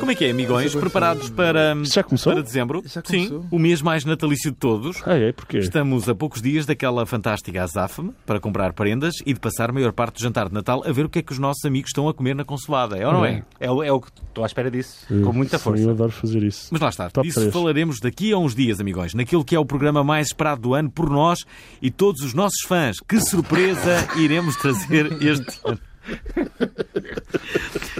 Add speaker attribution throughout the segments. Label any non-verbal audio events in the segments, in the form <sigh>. Speaker 1: Como é que é, amigões?
Speaker 2: Isso é
Speaker 1: Preparados para,
Speaker 3: Já começou?
Speaker 1: para dezembro?
Speaker 2: Já começou?
Speaker 1: Sim, o mês mais natalício de todos.
Speaker 3: Ah, é? Porquê?
Speaker 1: Estamos a poucos dias daquela fantástica azafame para comprar prendas e de passar a maior parte do jantar de Natal a ver o que é que os nossos amigos estão a comer na consolada, é ou não é?
Speaker 4: É, o- é o que estou à espera disso, é com muita
Speaker 3: Hum, Sim,
Speaker 4: força.
Speaker 3: eu adoro fazer isso.
Speaker 1: Mas lá está,
Speaker 3: Top
Speaker 1: disso
Speaker 3: três.
Speaker 1: falaremos daqui a uns dias, amigões, naquilo que é o programa mais esperado do ano por nós e todos os nossos fãs. Que surpresa iremos trazer este ano!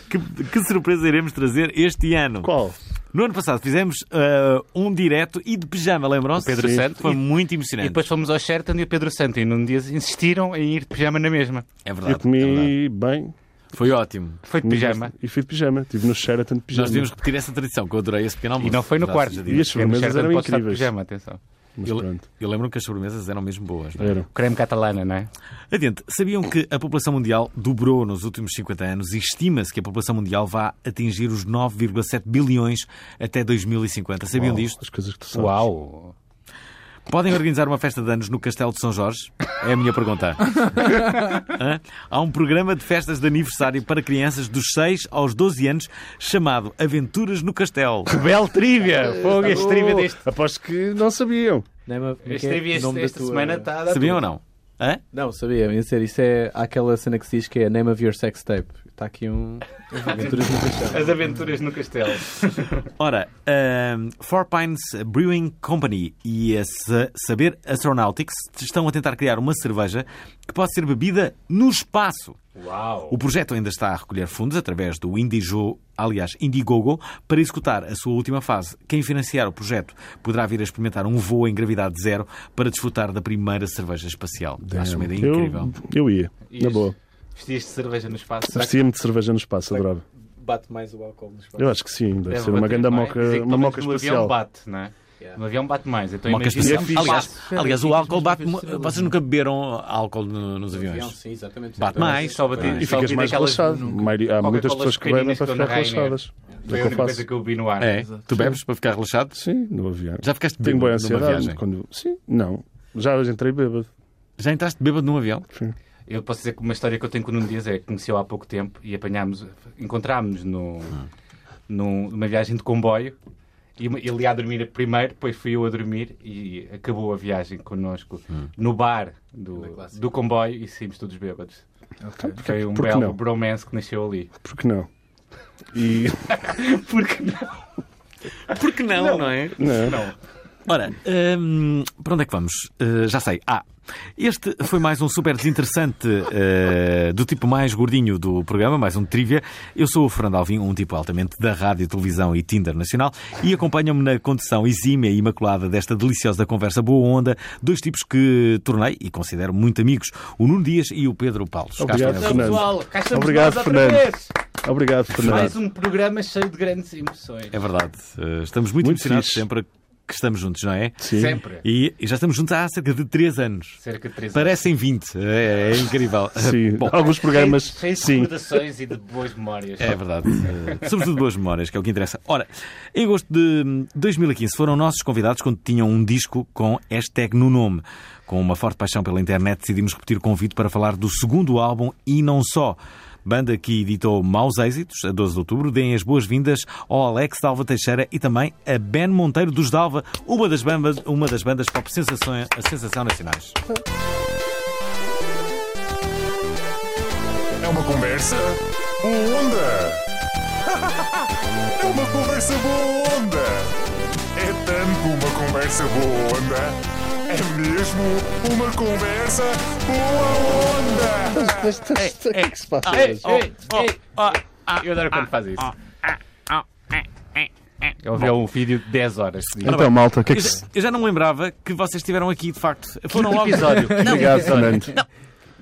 Speaker 1: Que, que surpresa iremos trazer este ano?
Speaker 3: Qual?
Speaker 1: No ano passado fizemos ah, um direto e de pijama, lembram-se?
Speaker 4: O Pedro
Speaker 1: Sim.
Speaker 4: Santo.
Speaker 1: Foi
Speaker 4: E-
Speaker 1: muito
Speaker 4: E
Speaker 1: emocionante.
Speaker 4: depois fomos ao Sheraton e o Pedro Santo, e num dia insistiram em ir de pijama na mesma.
Speaker 1: É verdade.
Speaker 3: Eu
Speaker 1: é verdade.
Speaker 3: comi bem.
Speaker 1: Foi ótimo.
Speaker 4: Foi de
Speaker 3: comi
Speaker 4: pijama.
Speaker 3: bastante. E fui de pijama. Estive no Sheraton de pijama.
Speaker 1: Nós devíamos repetir essa tradição, que eu adorei esse pequeno almoço.
Speaker 4: E não foi no
Speaker 1: Já
Speaker 4: quarto.
Speaker 1: seja
Speaker 3: E
Speaker 1: dito.
Speaker 3: as sobremesas
Speaker 4: Sheraton
Speaker 3: eram
Speaker 4: pode estar de
Speaker 3: incríveis.
Speaker 4: pijama, atenção.
Speaker 3: Mas
Speaker 1: Eu,
Speaker 3: pronto,
Speaker 1: eu lembro que as sobremesas eram mesmo boas. não é?
Speaker 3: eram.
Speaker 4: Creme catalana, não é?
Speaker 1: Adiante, sabiam que a população mundial dobrou nos últimos 50 anos e estima-se que a população mundial vá atingir os 9,7 bilhões até 2050. Sabiam
Speaker 3: Uau,
Speaker 1: disto?
Speaker 3: As coisas que tu sabes.
Speaker 4: Uau!
Speaker 1: Podem organizar uma festa de anos no Castelo de São Jorge? É a minha pergunta. Hã? Há um programa de festas de aniversário para crianças dos 6 aos 12 anos chamado Aventuras no Castelo.
Speaker 4: Que belo trivia! <laughs> Fogo, este trivia
Speaker 3: Oh,
Speaker 4: deste.
Speaker 3: Aposto que não sabiam.
Speaker 2: Não é uma- como é que
Speaker 4: Este
Speaker 2: é?
Speaker 4: trivia este-
Speaker 2: Nome da
Speaker 4: esta
Speaker 2: tua-
Speaker 4: semana tá- está a dar
Speaker 1: Sabiam ou
Speaker 4: tudo.
Speaker 1: não? Hã?
Speaker 2: Não, sabia, ia dizer, isso é há aquela cena que se diz que é Name of Your Sex Tape. Está aqui <laughs> um. Aventuras no Castelo.
Speaker 4: As aventuras no castelo.
Speaker 1: Ora, ahm, Four Pines Brewing Company e a Sa- Saber Astronautics estão a tentar criar uma cerveja que possa ser bebida no espaço.
Speaker 4: Uau!
Speaker 1: O projeto ainda está a recolher fundos através do Indigo, aliás, Indiegogo, para executar a sua última fase. Quem financiar o projeto poderá vir a experimentar um voo em gravidade zero para desfrutar da primeira cerveja espacial. Acho uma ideia incrível.
Speaker 3: Eu, eu ia, na
Speaker 4: Ias-
Speaker 3: boa.
Speaker 4: Vestiste cerveja no espaço. Será que
Speaker 3: Vestia-me de cerveja no espaço, adorava.
Speaker 2: Bate mais o álcool nos
Speaker 3: Eu acho que sim, deve
Speaker 4: deve
Speaker 3: ser uma
Speaker 4: bater
Speaker 3: grande
Speaker 4: mais?
Speaker 3: moca,
Speaker 4: Dizem É que
Speaker 3: uma
Speaker 4: pelo menos
Speaker 3: moca
Speaker 4: no avião
Speaker 3: espacial.
Speaker 4: bate, não é? No avião bate mais. Então
Speaker 1: Moca
Speaker 4: imagina-
Speaker 1: especial.
Speaker 3: é fixe.
Speaker 1: Aliás, aliás, o
Speaker 2: Espera,
Speaker 1: álcool bate.
Speaker 2: espera,
Speaker 1: mu-
Speaker 2: espera.
Speaker 1: Vocês nunca beberam álcool no- nos aviões?
Speaker 2: Sim, exatamente.
Speaker 1: Bate mais.
Speaker 4: Só bati-
Speaker 1: Ah,
Speaker 3: E
Speaker 4: só
Speaker 3: ficas
Speaker 4: vi
Speaker 3: mais
Speaker 4: daquelas-
Speaker 3: relaxado. Maioria- Há muitas
Speaker 4: Coca-Colas
Speaker 3: pessoas que bebem
Speaker 4: pequeninas
Speaker 3: para
Speaker 4: que
Speaker 3: ficar
Speaker 4: estão na Ryanair.
Speaker 3: relaxadas.
Speaker 4: Foi a
Speaker 3: É o que eu
Speaker 4: única
Speaker 3: faço.
Speaker 4: coisa que eu vi no ar.
Speaker 1: É. Tu bebes para ficar relaxado?
Speaker 3: Sim, no avião.
Speaker 1: Já ficaste
Speaker 3: Tenho
Speaker 1: bêbado
Speaker 3: boa
Speaker 1: numa
Speaker 3: ansiedade.
Speaker 1: viagem?
Speaker 3: Quando... Sim, não. Já entrei bêbado.
Speaker 1: Já entraste bêbado num avião?
Speaker 4: Eu posso dizer que uma história que eu tenho com o Nuno Dias é que conheceu há pouco tempo e apanhámos, encontrámos-nos no, num- numa viagem de comboio. E uma- ele ia a dormir primeiro, depois fui eu a dormir e acabou a viagem connosco no bar do, do comboio e saímos todos bêbados. Foi um
Speaker 3: Por que
Speaker 4: belo
Speaker 3: não?
Speaker 4: bromance que nasceu ali.
Speaker 3: Porque não? E.
Speaker 4: Porque não?
Speaker 1: Porque não, não, é?
Speaker 3: Não.
Speaker 1: Ora, hum, para onde é que vamos? Eh, já sei. Ah, este foi mais um super desinteressante eh, do tipo mais gordinho do programa, mais um de trivia. Eu sou o Fernando Alvim, um tipo altamente da rádio, televisão e Tinder nacional e acompanham-me na condição exímia e imaculada desta deliciosa conversa boa onda, dois tipos que tornei e considero muito amigos, o Nuno Dias e o Pedro Paulo.
Speaker 3: Obrigado, Fernando.
Speaker 4: Pessoal, cá estamos
Speaker 3: Obrigado,
Speaker 4: nós outra
Speaker 3: Fernando.
Speaker 4: vez.
Speaker 3: Obrigado, Fernando.
Speaker 4: Mais um programa cheio de grandes emoções.
Speaker 1: É verdade. Eh, estamos muito,
Speaker 3: Muito
Speaker 1: emocionados
Speaker 3: fixe.
Speaker 1: sempre que estamos juntos, não é?
Speaker 3: Sim.
Speaker 4: Sempre.
Speaker 1: E, e já estamos juntos há cerca de 3 anos.
Speaker 4: Cerca de 3
Speaker 1: Parecem 20. É, é incrível.
Speaker 3: Sim.
Speaker 1: Bom,
Speaker 3: Alguns programas. Sim.
Speaker 4: recordações e de boas memórias.
Speaker 1: é verdade. Eh, Sobretudo boas memórias, que é o que interessa. Ora, em agosto de hum, 2015 foram nossos convidados quando tinham um disco com hashtag no nome. Com uma forte paixão pela internet, decidimos repetir o convite para falar do segundo álbum e não só. Banda que editou Maus Êxitos, a 12 de outubro. Deem as boas-vindas ao Alex Dalva Teixeira e também a Ben Monteiro dos Dalva, uma das bandas, uma das bandas pop sensação, sensação nacionais.
Speaker 5: É uma conversa boa onda. <laughs> É uma conversa boa onda. É tanto uma conversa boa onda. É mesmo uma conversa boa onda.
Speaker 4: Ei, ei, ei. Eu adoro quando faz isso. Ele vê um vídeo de 10 horas.
Speaker 3: Então, malta, o que é que se...
Speaker 1: Eu já não me lembrava que vocês estiveram aqui, de facto. Foram logo.
Speaker 4: episódio.
Speaker 3: Obrigado, Fernando.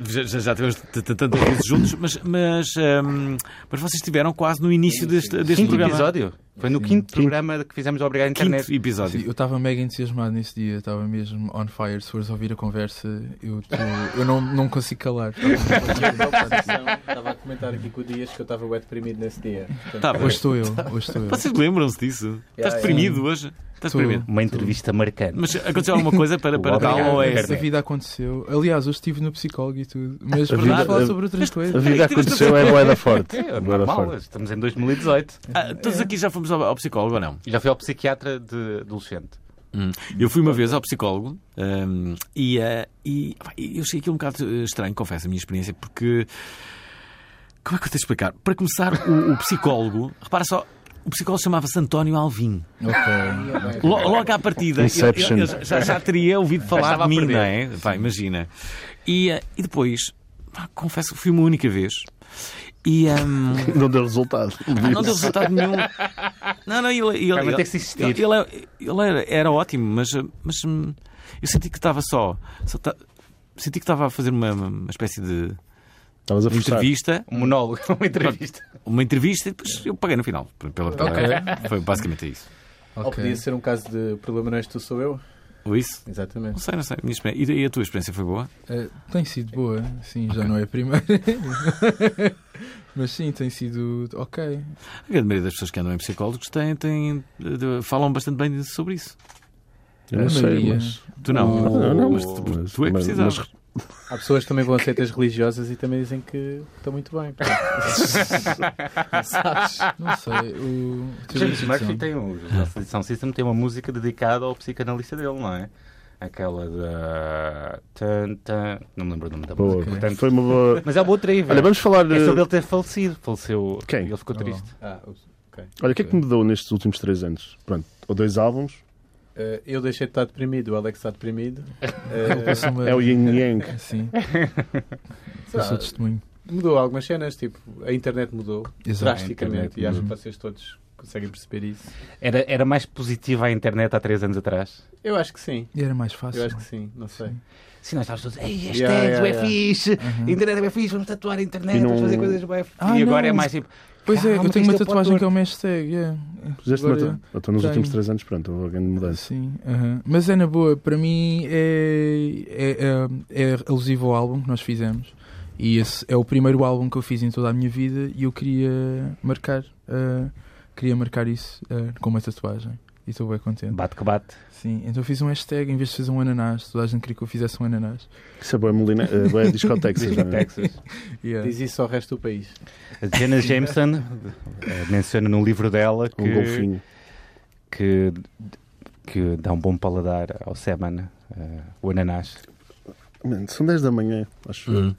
Speaker 1: Já, já, já tivemos t- t- tantas vezes juntos, mas, mas, hum, mas vocês estiveram quase no início deste, deste
Speaker 4: Quinto
Speaker 1: programa.
Speaker 4: um episódio? Foi no quinto programa que fizemos a Obrigado à Internet.
Speaker 1: Quinto episódio.
Speaker 6: Sim, eu estava mega entusiasmado nesse dia, estava mesmo on fire. Se fores ouvir a conversa, eu, tô- eu não, não consigo calar.
Speaker 2: Estava a comentar aqui com o Dias que eu estava bué deprimido nesse dia. Portanto,
Speaker 1: Tá bem.
Speaker 6: Hoje estou eu, hoje estou eu.
Speaker 1: <laughs> Vocês lembram-se disso? Estás
Speaker 2: é.
Speaker 1: deprimido hoje? Estás
Speaker 6: Tô.
Speaker 1: deprimido?
Speaker 4: Uma entrevista marcante.
Speaker 1: Mas aconteceu alguma coisa para, para tal
Speaker 4: Obrigado.
Speaker 1: ou é
Speaker 6: A vida aconteceu. Aliás, hoje estive no psicólogo e tudo. Mas
Speaker 3: A
Speaker 6: podemos
Speaker 3: vida-
Speaker 6: falar sobre
Speaker 3: A <laughs>
Speaker 6: outras coisas.
Speaker 3: vida aconteceu é boeda forte.
Speaker 4: É,
Speaker 3: Boeda
Speaker 4: normal,
Speaker 3: forte.
Speaker 4: estamos em 2018.
Speaker 1: Ah, todos aqui já fomos ao, ao psicólogo ou não?
Speaker 4: Já fui ao psiquiatra de adolescente.
Speaker 1: Hum. Eu fui uma vez ao psicólogo hum, e, ah, e pá, eu achei aquilo um bocado eh, estranho, confesso a minha experiência, porque. Como é que eu tenho de explicar? Para começar, o, o psicólogo, repara só, o psicólogo chamava-se António Alvim.
Speaker 6: Ok.
Speaker 1: Lo- Logo à partida, eu-
Speaker 3: Inception.
Speaker 1: eu- eu já, já teria ouvido falar
Speaker 4: estava
Speaker 1: de
Speaker 4: a
Speaker 1: mim,
Speaker 4: perder.
Speaker 1: não é? Pá, imagina. E, eh, e depois, pá, confesso que fui uma única vez. E hum,
Speaker 3: Não deu resultado.
Speaker 1: ah, não deu resultado nenhum. Não, não, ele, ele,
Speaker 4: Vai
Speaker 1: ele,
Speaker 4: ter que se insistir.
Speaker 1: ele- ele- ele era, era ótimo, mas, mas hum, eu senti que estava só. só ta- senti que estava a fazer uma, uma espécie de
Speaker 3: Estavas a forçar.
Speaker 1: entrevista.
Speaker 4: Um monólogo, <laughs> uma entrevista.
Speaker 1: Uma entrevista e depois eu paguei no final. Pela, pela- Foi basicamente isso.
Speaker 2: Ou podia
Speaker 6: ok.
Speaker 2: ser um caso de o problema não és tu, sou eu.
Speaker 1: Ou isso? Não
Speaker 2: Exatamente.
Speaker 1: sei, não sei. Minha experiência- E a tua experiência foi boa?
Speaker 6: Eh, tem sido boa, sim, já não é a primeira. <laughs> Mas sim, tem sido ok.
Speaker 1: A grande maioria das pessoas que andam em psicólogos têm, têm, eh, falam bastante bem sobre isso.
Speaker 3: Eu não
Speaker 6: A
Speaker 3: sei,
Speaker 6: maioria.
Speaker 3: mas.
Speaker 1: Tu não.
Speaker 3: Não, não, não.
Speaker 1: Mas tu,
Speaker 3: Mas-
Speaker 1: tu é que
Speaker 3: mas-
Speaker 1: precisavas.
Speaker 3: mas-
Speaker 2: Há pessoas que também vão a seitas religiosas e também dizem que estão muito <laughs> bem.
Speaker 6: Não sei. O teoria
Speaker 4: James
Speaker 6: de
Speaker 4: Murphy
Speaker 6: ficção.
Speaker 4: tem um, o Seleção System tem uma música dedicada ao psicanalista dele, não é? Aquela de. Tan, tan, não me lembro o nome da
Speaker 3: Boa.
Speaker 4: música. portanto-
Speaker 3: Foi uma boa.
Speaker 4: mas é uma outra aí, velho.
Speaker 3: Olha, vamos falar.
Speaker 4: É sobre
Speaker 3: eh,
Speaker 4: ele ter falecido. Faleceu.
Speaker 3: Quem?
Speaker 4: Ele ficou
Speaker 6: Ah,
Speaker 4: triste.
Speaker 2: Ah, ups.
Speaker 3: Olha, o que é que mudou nestes últimos três anos? Pronto, ou dois álbuns.
Speaker 2: Eh, eu deixei de estar deprimido, o Alex está <laughs> deprimido.
Speaker 6: Eu
Speaker 2: Eh,
Speaker 6: passo uma-
Speaker 3: É o Yin Yang.
Speaker 6: Sim,
Speaker 2: sei
Speaker 6: eu
Speaker 2: lá,
Speaker 6: sou testemunho.
Speaker 2: mudou algumas cenas, tipo, a internet mudou
Speaker 6: Exato.
Speaker 2: drasticamente
Speaker 4: A internet
Speaker 2: e acho
Speaker 3: Uhum.
Speaker 2: que
Speaker 4: mudou.
Speaker 2: vocês todos conseguem perceber isso.
Speaker 4: Era, era mais positiva a internet há 3 anos atrás.
Speaker 2: Eu acho que sim,
Speaker 6: E era mais
Speaker 2: eu
Speaker 6: fácil.
Speaker 2: acho que sim, não sei.
Speaker 4: Sim, nós estávamos todos. Ei, hashtags,
Speaker 2: Yeah, yeah,
Speaker 4: bué
Speaker 2: yeah.
Speaker 4: fixe.
Speaker 6: Aham.
Speaker 4: Internet é bué fixe, vamos tatuar a internet,
Speaker 3: E não-
Speaker 4: vamos fazer coisas bué fixe.
Speaker 6: Ah,
Speaker 4: e agora
Speaker 6: não.
Speaker 4: é mais tipo.
Speaker 6: Pois é,
Speaker 4: Ah,
Speaker 6: eu
Speaker 4: mas
Speaker 6: tenho uma
Speaker 4: isto é para
Speaker 6: tatuagem
Speaker 4: ator.
Speaker 6: que é uma hashtag. Yeah.
Speaker 3: Puseste
Speaker 6: Agora-
Speaker 3: uma. Ou então nos
Speaker 6: Tenho.
Speaker 3: últimos três anos, pronto, houve uma grande mudança.
Speaker 6: Sim, aham. mas é na boa, para mim é, é, é, é alusivo ao álbum que nós fizemos e esse é o primeiro álbum que eu fiz em toda a minha vida e eu queria marcar, ah, queria marcar isso ah, com uma tatuagem e estou bem contente.
Speaker 4: Bate que <laughs> bate.
Speaker 6: Sim, então eu fiz um hashtag em vez de fazer um ananás, toda a gente queria que eu fizesse um ananás.
Speaker 3: Isso é boa molina. eh, Boa discoteca.
Speaker 4: Texas.
Speaker 6: Yeah.
Speaker 2: Diz isso ao resto do país.
Speaker 4: A Jenna Jameson eh, menciona no livro dela que,
Speaker 3: Um golfinho.
Speaker 4: que, que dá um bom paladar ao semen, eh, o ananás.
Speaker 3: Mano, são 10 da manhã, acho eu.
Speaker 1: Hum.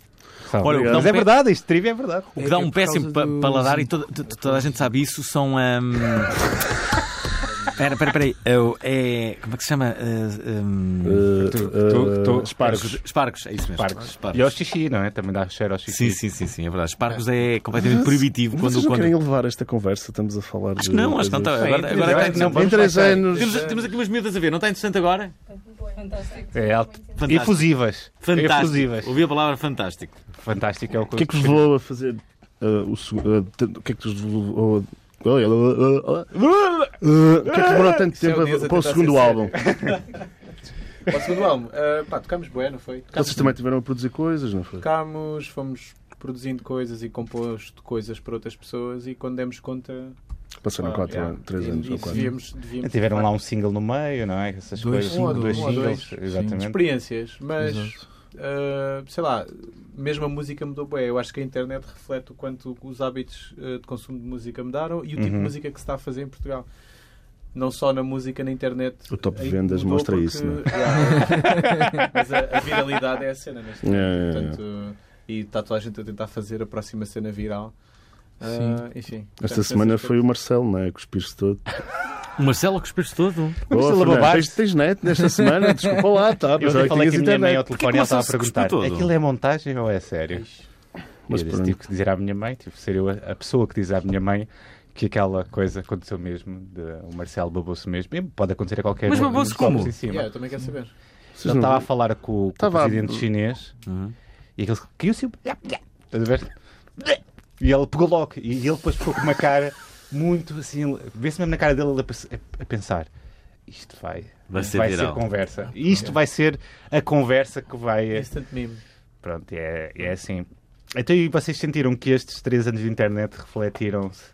Speaker 4: Sabe?
Speaker 1: Olha, o que dá um
Speaker 4: Mas é
Speaker 1: pé-
Speaker 4: verdade, isto trivia é verdade.
Speaker 1: O que dá
Speaker 6: É
Speaker 1: um
Speaker 6: por
Speaker 1: péssimo
Speaker 6: causa
Speaker 1: pa-
Speaker 6: do-
Speaker 1: paladar e
Speaker 6: sim.
Speaker 1: toda, to- toda a gente sabe isso são. hum,
Speaker 6: <laughs>
Speaker 1: Pera, pera, pera aí. É o- É... Como é que se chama? Eh, hum,
Speaker 3: Eh,
Speaker 4: Tu- tu-
Speaker 3: eh,
Speaker 4: tu-
Speaker 3: Espargos.
Speaker 1: Espargos, é isso mesmo.
Speaker 4: Espargos.
Speaker 1: Espargos.
Speaker 4: E ao xixi, não é? Também dá cheiro ao
Speaker 1: Sim,
Speaker 4: xixi.
Speaker 1: sim, sim, sim, é verdade. Espargos é completamente proibitivo quando.
Speaker 3: Vocês não
Speaker 1: quando-
Speaker 3: querem levar esta conversa? Estamos a falar
Speaker 1: Acho
Speaker 3: de
Speaker 1: que não, acho que não tá- está.
Speaker 3: coisas-
Speaker 1: Agora,
Speaker 4: É,
Speaker 1: agora
Speaker 4: é,
Speaker 1: está
Speaker 4: é,
Speaker 1: interessante.
Speaker 3: Em
Speaker 4: Vamos
Speaker 3: três
Speaker 4: baixar.
Speaker 3: anos.
Speaker 1: Temos, temos aqui umas miúdas a ver, não está interessante agora?
Speaker 4: É alto.
Speaker 1: Fantástico.
Speaker 4: Efusivas. Efusivas.
Speaker 1: Fantástico. Ouvi a palavra fantástico.
Speaker 4: Fantástico é o
Speaker 3: O que é que vos levou a fazer eh, o seg- eh, t- O que é que vos levou a- Olha, olha, olha, olha. Eh, O que é que demorou tanto
Speaker 2: Isso é o
Speaker 3: tempo a-
Speaker 2: Dias a
Speaker 3: para o
Speaker 2: tentar
Speaker 3: segundo
Speaker 2: ser
Speaker 3: álbum?
Speaker 2: Para o segundo álbum, eh, pá, tocámos bué, não foi? Tocámos,
Speaker 3: Vocês também tiveram a produzir coisas, não foi?
Speaker 2: tocámos, fomos produzindo coisas e composto coisas para outras pessoas e quando demos conta...
Speaker 3: Passaram
Speaker 2: pá,
Speaker 3: 4
Speaker 2: Ah, yeah,
Speaker 3: anos, 3
Speaker 2: e-
Speaker 3: anos
Speaker 2: e
Speaker 3: ou É, 4.
Speaker 2: Devíamos, devíamos
Speaker 4: Tiveram lá um single no meio, não é? Essas
Speaker 6: Dois
Speaker 4: coisas.
Speaker 6: singles.
Speaker 4: dois
Speaker 6: Um ou
Speaker 2: dois.
Speaker 4: singles, exatamente.
Speaker 2: experiências, mas...
Speaker 6: Exato.
Speaker 2: Uh, sei lá, mesmo a música mudou bem. Eu acho que a internet reflete o quanto os hábitos uh, de consumo de música mudaram e o tipo de
Speaker 4: Uhum.
Speaker 2: música que se está a fazer em Portugal. Não só na música, na internet.
Speaker 3: O top de
Speaker 2: Aí
Speaker 3: vendas
Speaker 2: mudou
Speaker 3: mostra
Speaker 2: porque-
Speaker 3: isso, não é?
Speaker 2: <laughs> Yeah. Mas a, a viralidade é a cena, neste
Speaker 3: Yeah, yeah, yeah.
Speaker 2: Portanto, uh, E está toda a gente a tentar fazer a próxima cena viral. Uh,
Speaker 6: Sim.
Speaker 2: enfim.
Speaker 3: Esta semana foi o Marcelo, não é? Cuspir-se todo.
Speaker 1: O Marcelo que espera todo.
Speaker 3: Oh,
Speaker 4: Marcelo
Speaker 3: Fernando,
Speaker 4: Babar.
Speaker 3: tens, tens net nesta semana? Desculpa lá, tá?
Speaker 4: Eu
Speaker 3: Mas
Speaker 4: já
Speaker 3: olha que
Speaker 4: falei
Speaker 3: tinhas
Speaker 4: que a minha mãe ao
Speaker 3: internet.
Speaker 1: Porquê que
Speaker 4: telefone ela estava a
Speaker 1: você se
Speaker 4: perguntar:
Speaker 1: cuspiu todo?
Speaker 4: aquilo é montagem ou é sério?
Speaker 3: Mas
Speaker 4: eu disse,
Speaker 3: pronto.
Speaker 4: tipo, tive que dizer à minha mãe, tive que ser eu a, a pessoa que diz à minha mãe que aquela coisa aconteceu mesmo, de, o Marcelo babou-se mesmo, e pode acontecer a qualquer
Speaker 1: Mas
Speaker 4: um,
Speaker 1: babou-se
Speaker 4: um copo
Speaker 1: como?
Speaker 4: Em cima.
Speaker 2: Yeah, eu também quero saber.
Speaker 3: Vocês
Speaker 4: Ele
Speaker 3: não-
Speaker 4: estava a falar com, o- com
Speaker 3: Estava a-
Speaker 4: o presidente chinês
Speaker 1: Uhum.
Speaker 4: e aquele caiu-se e- Estás a ver? E ele pegou logo. E ele depois ficou com uma cara muito assim. Vê-se mesmo na cara dele ele a pens- a, a pensar: isto vai,
Speaker 1: Vai ser viral.
Speaker 4: conversa. Isto vai ser a conversa que
Speaker 3: É.
Speaker 4: vai.
Speaker 2: Instant meme.
Speaker 4: Pronto, é, é assim. Então, e vocês sentiram que estes três anos de internet refletiram-se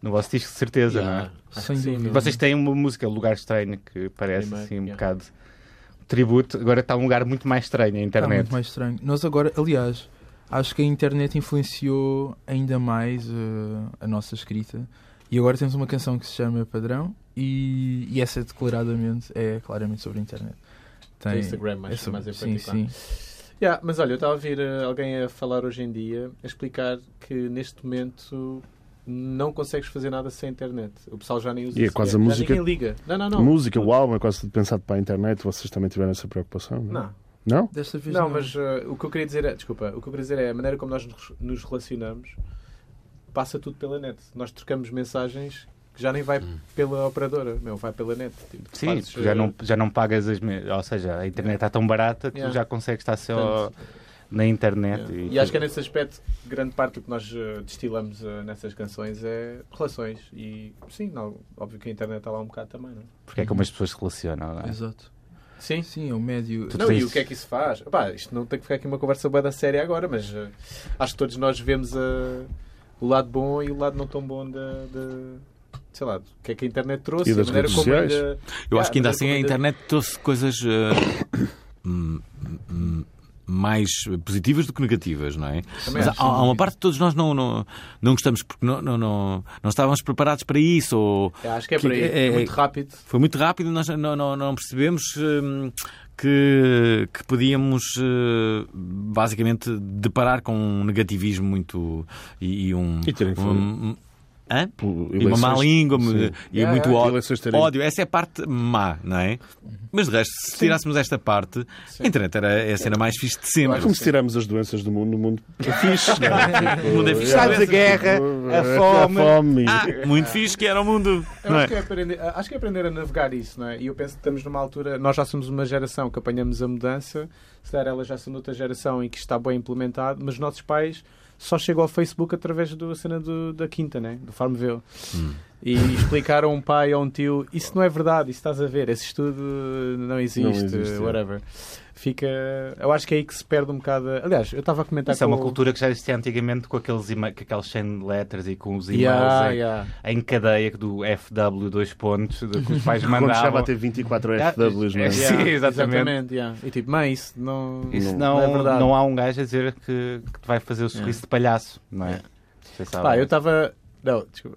Speaker 4: no vosso disco, de certeza, não é?
Speaker 2: Yeah, acho
Speaker 6: Sem
Speaker 2: que sim,
Speaker 6: dúvida.
Speaker 2: não é?
Speaker 4: Vocês têm uma música, Lugar Estranho, que parece
Speaker 2: Primeiro,
Speaker 4: assim um
Speaker 2: yeah.
Speaker 4: bocado tributo. Agora está um lugar muito mais estranho a
Speaker 6: Está
Speaker 4: internet.
Speaker 6: muito mais estranho. Nós agora, aliás, acho que a internet influenciou ainda mais eh, a nossa escrita. E agora temos uma canção que se chama Padrão e, e essa declaradamente é claramente sobre a internet. Tem,
Speaker 2: Do Instagram, acho
Speaker 6: é
Speaker 2: que mais em
Speaker 6: sim,
Speaker 2: particular.
Speaker 6: sim.
Speaker 2: Yeah, mas olha, eu estava a ouvir eh, alguém a falar hoje em dia, a explicar que neste momento não consegues fazer nada sem internet. O pessoal já nem usa
Speaker 3: E é
Speaker 2: sequer.
Speaker 3: quase a
Speaker 2: Já
Speaker 3: música-
Speaker 2: Ninguém liga. Não, não, não.
Speaker 3: Música, o álbum é quase tudo pensado para a internet. Vocês também tiveram essa preocupação? Não? é?
Speaker 2: Não.
Speaker 3: Não?
Speaker 6: Desta vez
Speaker 2: Não, mas eh, o que eu queria dizer é, desculpa, o que eu queria dizer é a maneira como nós nos- nos relacionamos passa tudo pela net. Nós trocamos mensagens que já nem vai
Speaker 3: Hum.
Speaker 2: pela operadora, meu, vai pela net. Tipo, tu
Speaker 4: Sim,
Speaker 2: fazes,
Speaker 4: porque já
Speaker 2: eh,
Speaker 4: não, já não pagas as. me- Ou seja, a internet está tão barata que tu
Speaker 2: Yeah.
Speaker 4: já consegues estar só
Speaker 2: portanto,
Speaker 4: na internet.
Speaker 2: yeah.
Speaker 4: E,
Speaker 2: E, acho que é nesse aspecto grande parte do que nós eh, destilamos eh, nessas canções é relações. E sim, não, óbvio que a internet está lá um bocado também, não é?
Speaker 4: Porque é como as pessoas se relacionam. Não é?
Speaker 6: Exato.
Speaker 2: Sim.
Speaker 6: Sim, é o médio.
Speaker 4: Tu
Speaker 2: Não,
Speaker 4: tens-
Speaker 2: e o que é que isso faz? Pá, isto não tem que ficar aqui uma conversa bem da séria agora, mas eh, acho que todos nós vemos eh, o lado bom e o lado não tão bom da. da- sei lá, do que é que a internet trouxe,
Speaker 3: E
Speaker 2: a
Speaker 3: das
Speaker 2: maneira
Speaker 3: redes
Speaker 2: como
Speaker 3: sociais.
Speaker 2: ainda-
Speaker 1: Eu
Speaker 2: Ah,
Speaker 1: acho que ainda
Speaker 2: mas é
Speaker 1: assim a
Speaker 2: como-
Speaker 1: internet trouxe coisas eh, hum, hum, mais positivas do que negativas, não é?
Speaker 2: Também
Speaker 1: Mas há,
Speaker 2: acho,
Speaker 1: há uma parte que todos nós não, não, não gostamos porque não, não, não, não estávamos preparados para isso. Ou
Speaker 2: Eu acho que é por aí, é, muito rápido.
Speaker 1: foi muito rápido, nós não, não, não percebemos hum, que, que podíamos eh, basicamente deparar com um negativismo muito e, e um.
Speaker 3: E terem fome.
Speaker 1: um, Hã?
Speaker 3: Por
Speaker 1: E uma má
Speaker 3: eleições-
Speaker 1: língua
Speaker 3: Sim.
Speaker 1: e
Speaker 2: Yeah,
Speaker 1: muito
Speaker 2: yeah.
Speaker 1: ódio.
Speaker 3: Eleições terem-
Speaker 1: Ódio, essa é a parte má, não é? Mas de resto, se tirássemos esta parte, a internet era é a cena mais fixe de sempre.
Speaker 3: É Como se tiramos as doenças do mundo, no mundo é fixe.
Speaker 1: O mundo é fixe.
Speaker 4: Sabes a guerra, a fome.
Speaker 3: é A fome.
Speaker 1: Ah, muito fixe que era o mundo.
Speaker 2: Eu
Speaker 1: não é?
Speaker 2: acho, que é aprender, acho que é aprender a navegar isso, não é? E eu penso que estamos numa altura, nós já somos uma geração que apanhamos a mudança, se calhar elas já são de outra geração em que isto está bem implementado, mas os nossos pais só chegam ao Facebook através da cena do- da quinta, né? do Farmville.
Speaker 4: Hum.
Speaker 2: E explicaram a um pai ou a um tio, isso não é verdade, isso estás a ver, esse estudo não existe,
Speaker 3: Não existe, é.
Speaker 2: whatever. Fica. Eu acho que é aí que se perde um bocado. a- Aliás, eu estava a comentar
Speaker 4: Isso é
Speaker 2: Tá com
Speaker 4: uma
Speaker 2: o-
Speaker 4: cultura que já existia antigamente com, aqueles ima- com aquelas 100 letras e com os e-mails
Speaker 2: Yeah,
Speaker 4: em,
Speaker 2: yeah.
Speaker 4: em cadeia do FW dois pontos de, que os
Speaker 2: <laughs>
Speaker 4: pais
Speaker 3: Quando chegava
Speaker 4: mandavam.
Speaker 3: a ter 24
Speaker 4: Ah,
Speaker 3: FWs, não é?
Speaker 4: é- <laughs> Sim, exatamente.
Speaker 2: yeah. E tipo, mãe, isso não.
Speaker 4: Isso
Speaker 2: não
Speaker 4: não,
Speaker 2: é
Speaker 4: não,
Speaker 2: verdade.
Speaker 4: há um gajo a dizer que, que te vai fazer o sorriso de palhaço, não é? Vocês sabem.
Speaker 2: Pá, eu estava. Não, desculpa.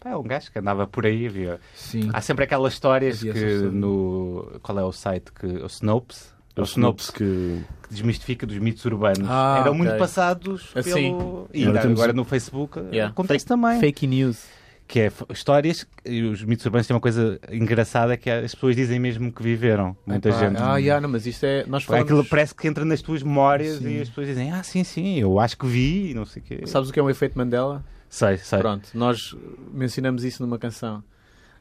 Speaker 4: Pá, é um gajo que andava por aí, havia.
Speaker 6: Sim.
Speaker 4: Há sempre aquelas histórias
Speaker 6: Havia
Speaker 4: que
Speaker 6: essa história.
Speaker 4: no. Qual é o site que. O Snopes?
Speaker 3: É
Speaker 4: O
Speaker 3: o Snopes
Speaker 4: Snopes
Speaker 3: que.
Speaker 4: que desmistifica dos mitos urbanos.
Speaker 6: Ah,
Speaker 4: Eram
Speaker 2: ok.
Speaker 4: muito passados
Speaker 2: Assim.
Speaker 4: pelo. E
Speaker 3: Agora
Speaker 4: ainda
Speaker 3: temos
Speaker 4: agora
Speaker 3: o-
Speaker 4: no Facebook eh,
Speaker 2: Yeah.
Speaker 4: acontece também.
Speaker 2: Fake news.
Speaker 4: Que é f- histórias. E os mitos urbanos têm uma coisa engraçada que é as pessoas dizem mesmo que viveram. Muita
Speaker 6: Epá,
Speaker 4: gente.
Speaker 2: Ah, yeah, não, mas isto é. Nós
Speaker 4: Porque Aquilo
Speaker 2: falamos.
Speaker 4: parece que entra nas tuas memórias
Speaker 6: Sim.
Speaker 4: e as pessoas dizem, ah, sim, sim, eu acho que vi, e não sei o quê.
Speaker 2: Sabes o que é um efeito Mandela?
Speaker 4: Sei, sei.
Speaker 2: Pronto, nós mencionamos isso numa canção.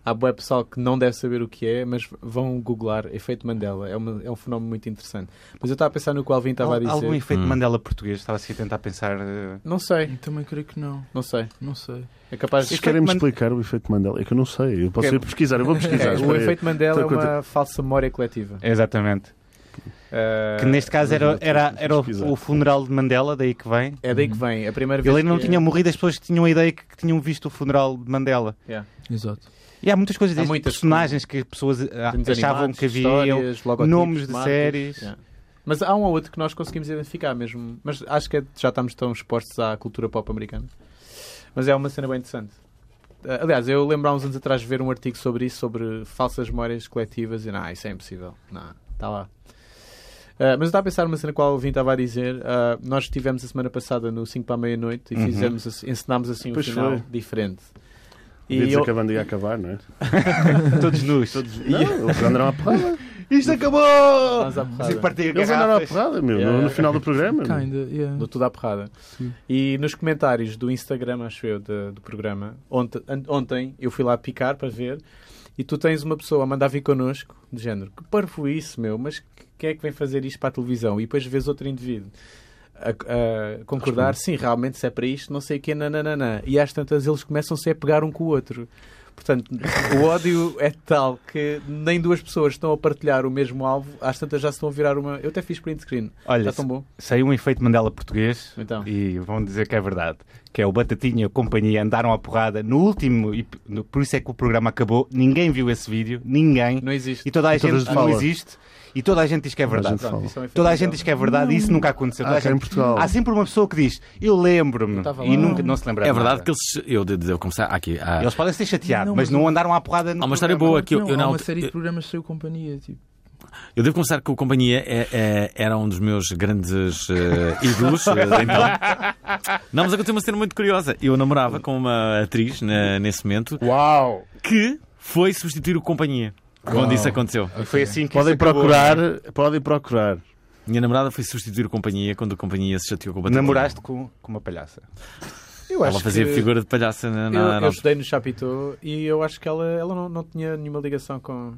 Speaker 2: Há boa pessoal que não deve saber o que é, mas vão googlar efeito Mandela. É, uma- é um fenómeno muito interessante. Mas eu estava a pensar no que o Alvin estava a
Speaker 4: Al- Algum
Speaker 2: dizer.
Speaker 4: efeito
Speaker 1: Hum.
Speaker 4: Mandela português, estava assim a tentar pensar. eh,
Speaker 2: Não sei,
Speaker 6: Eu também creio que não.
Speaker 2: não sei.
Speaker 6: Não sei.
Speaker 2: É capaz de.
Speaker 3: Vocês
Speaker 4: Efeito
Speaker 3: querem me
Speaker 4: Man-
Speaker 3: explicar o efeito Mandela? É que eu não sei. Eu posso
Speaker 2: É-
Speaker 3: ir pesquisar, eu vou pesquisar.
Speaker 2: É,
Speaker 3: espera
Speaker 2: o
Speaker 3: aí.
Speaker 2: efeito Mandela é
Speaker 3: Então,
Speaker 2: uma falsa memória coletiva.
Speaker 4: Exatamente.
Speaker 2: Eh,
Speaker 4: Que neste caso era,
Speaker 3: mas não
Speaker 4: era,
Speaker 3: temos que
Speaker 4: era
Speaker 3: pesquisar.
Speaker 4: o, o funeral de Mandela, daí que vem.
Speaker 2: É daí que vem. A primeira vez.
Speaker 4: Ele ainda não
Speaker 2: que-
Speaker 4: tinha morrido, as pessoas tinham a ideia que, que tinham visto o funeral de Mandela.
Speaker 2: Yeah.
Speaker 6: Exato.
Speaker 4: E há muitas coisas,
Speaker 2: Há
Speaker 4: desde
Speaker 2: muitas
Speaker 4: personagens que as pessoas eh,
Speaker 2: Desenhos
Speaker 4: achavam
Speaker 2: animados,
Speaker 4: que haviam.
Speaker 2: histórias, logotipos,
Speaker 4: nomes de
Speaker 2: marcas.
Speaker 4: séries.
Speaker 2: Yeah. Mas há um ou outro que nós conseguimos identificar mesmo. Mas acho que é- já estamos tão expostos à cultura pop americana. Mas é uma cena bem interessante. Ah, Aliás, eu lembro há uns anos atrás de ver um artigo sobre isso, sobre falsas memórias coletivas, e não, isso é impossível. Não, está lá. Ah, mas eu estava a pensar numa cena qual o Vim estava a dizer. Ah, nós estivemos a semana passada no 5 para a meia-noite e
Speaker 4: Uhum.
Speaker 2: fizemos, assim- ensinámos assim
Speaker 3: Pois
Speaker 2: um final
Speaker 3: foi.
Speaker 2: diferente.
Speaker 3: Devia
Speaker 2: E
Speaker 3: dizer
Speaker 2: eu,
Speaker 3: que a banda ia acabar, não é?
Speaker 4: Todos nus.
Speaker 3: Não, eles andaram à porrada.
Speaker 4: Isto acabou!
Speaker 2: <laughs> Nós à porrada.
Speaker 4: Assim, partia
Speaker 3: Eles andaram à
Speaker 4: garrafas.
Speaker 3: porrada, meu,
Speaker 2: Yeah.
Speaker 3: no, no final do programa. meu.
Speaker 6: Kinda, yeah.
Speaker 2: Do tudo à porrada.
Speaker 6: Sim.
Speaker 2: E nos comentários do Instagram, acho eu, de- do programa, ontem, an- ontem eu fui lá picar para ver e tu tens uma pessoa a mandar vir connosco, de género, que parvo isso, meu, mas quem é que vem fazer isto para a televisão? E depois vês outro indivíduo a, a concordar, sim, realmente, se é para isto, não sei o quê, nananana. E às tantas eles começam-se a pegar um com o outro. Portanto, o ódio é tal que nem duas pessoas estão a partilhar o mesmo alvo, às tantas já se estão a virar uma. Eu até fiz print screen,
Speaker 4: Olha,
Speaker 2: já tão bom.
Speaker 4: saiu um efeito Mandela português
Speaker 2: Então.
Speaker 4: e vão dizer que é verdade. Que é o Batatinha e a companhia andaram à porrada no último, e p- no- por isso é que o programa acabou. Ninguém viu esse vídeo, ninguém.
Speaker 2: Não existe.
Speaker 4: E toda a
Speaker 3: E todas
Speaker 4: gente não
Speaker 3: falam.
Speaker 4: existe. E toda a gente diz que é verdade.
Speaker 3: gente fala.
Speaker 2: isso é um efeito
Speaker 4: Toda a
Speaker 2: Mandela.
Speaker 4: gente diz que é verdade e isso nunca aconteceu. Toda
Speaker 3: Ah,
Speaker 4: a
Speaker 3: cá em
Speaker 4: gente-
Speaker 3: Portugal.
Speaker 4: Há sempre uma pessoa que diz, eu lembro-me,
Speaker 2: Eu tava
Speaker 4: e
Speaker 2: lá.
Speaker 4: nunca não se lembra de
Speaker 1: É verdade
Speaker 4: nada.
Speaker 1: que eles. Eu devo começar. há Aqui, ah, há,
Speaker 4: Eles podem ser chateados,
Speaker 6: Não,
Speaker 4: mas
Speaker 6: mas-
Speaker 4: não andaram à porrada no
Speaker 1: há uma história
Speaker 4: programa.
Speaker 1: boa que eu,
Speaker 6: não,
Speaker 1: eu
Speaker 6: há
Speaker 1: não.
Speaker 6: uma série de
Speaker 1: eu-
Speaker 6: programas de seu companhia, tipo.
Speaker 1: Eu devo confessar que o Companhia é- é- era um dos meus grandes eh, ídolos. eh, de então. Não, mas aconteceu uma cena muito curiosa. Eu namorava com uma atriz na- nesse momento
Speaker 3: Uau!
Speaker 1: que foi substituir o Companhia quando isso aconteceu.
Speaker 4: E foi assim que
Speaker 3: Podem
Speaker 4: isso acabou.
Speaker 3: procurar, podem procurar.
Speaker 1: Minha namorada foi substituir o Companhia quando o Companhia se chateou com o Batatinha.
Speaker 4: Namoraste com, com uma palhaça.
Speaker 2: Eu
Speaker 1: Ela fazia
Speaker 2: que
Speaker 1: figura de palhaça na. na-
Speaker 2: eu,
Speaker 1: na-
Speaker 2: eu estudei no Chapitão e eu acho que ela, ela não, não tinha nenhuma ligação <laughs> com.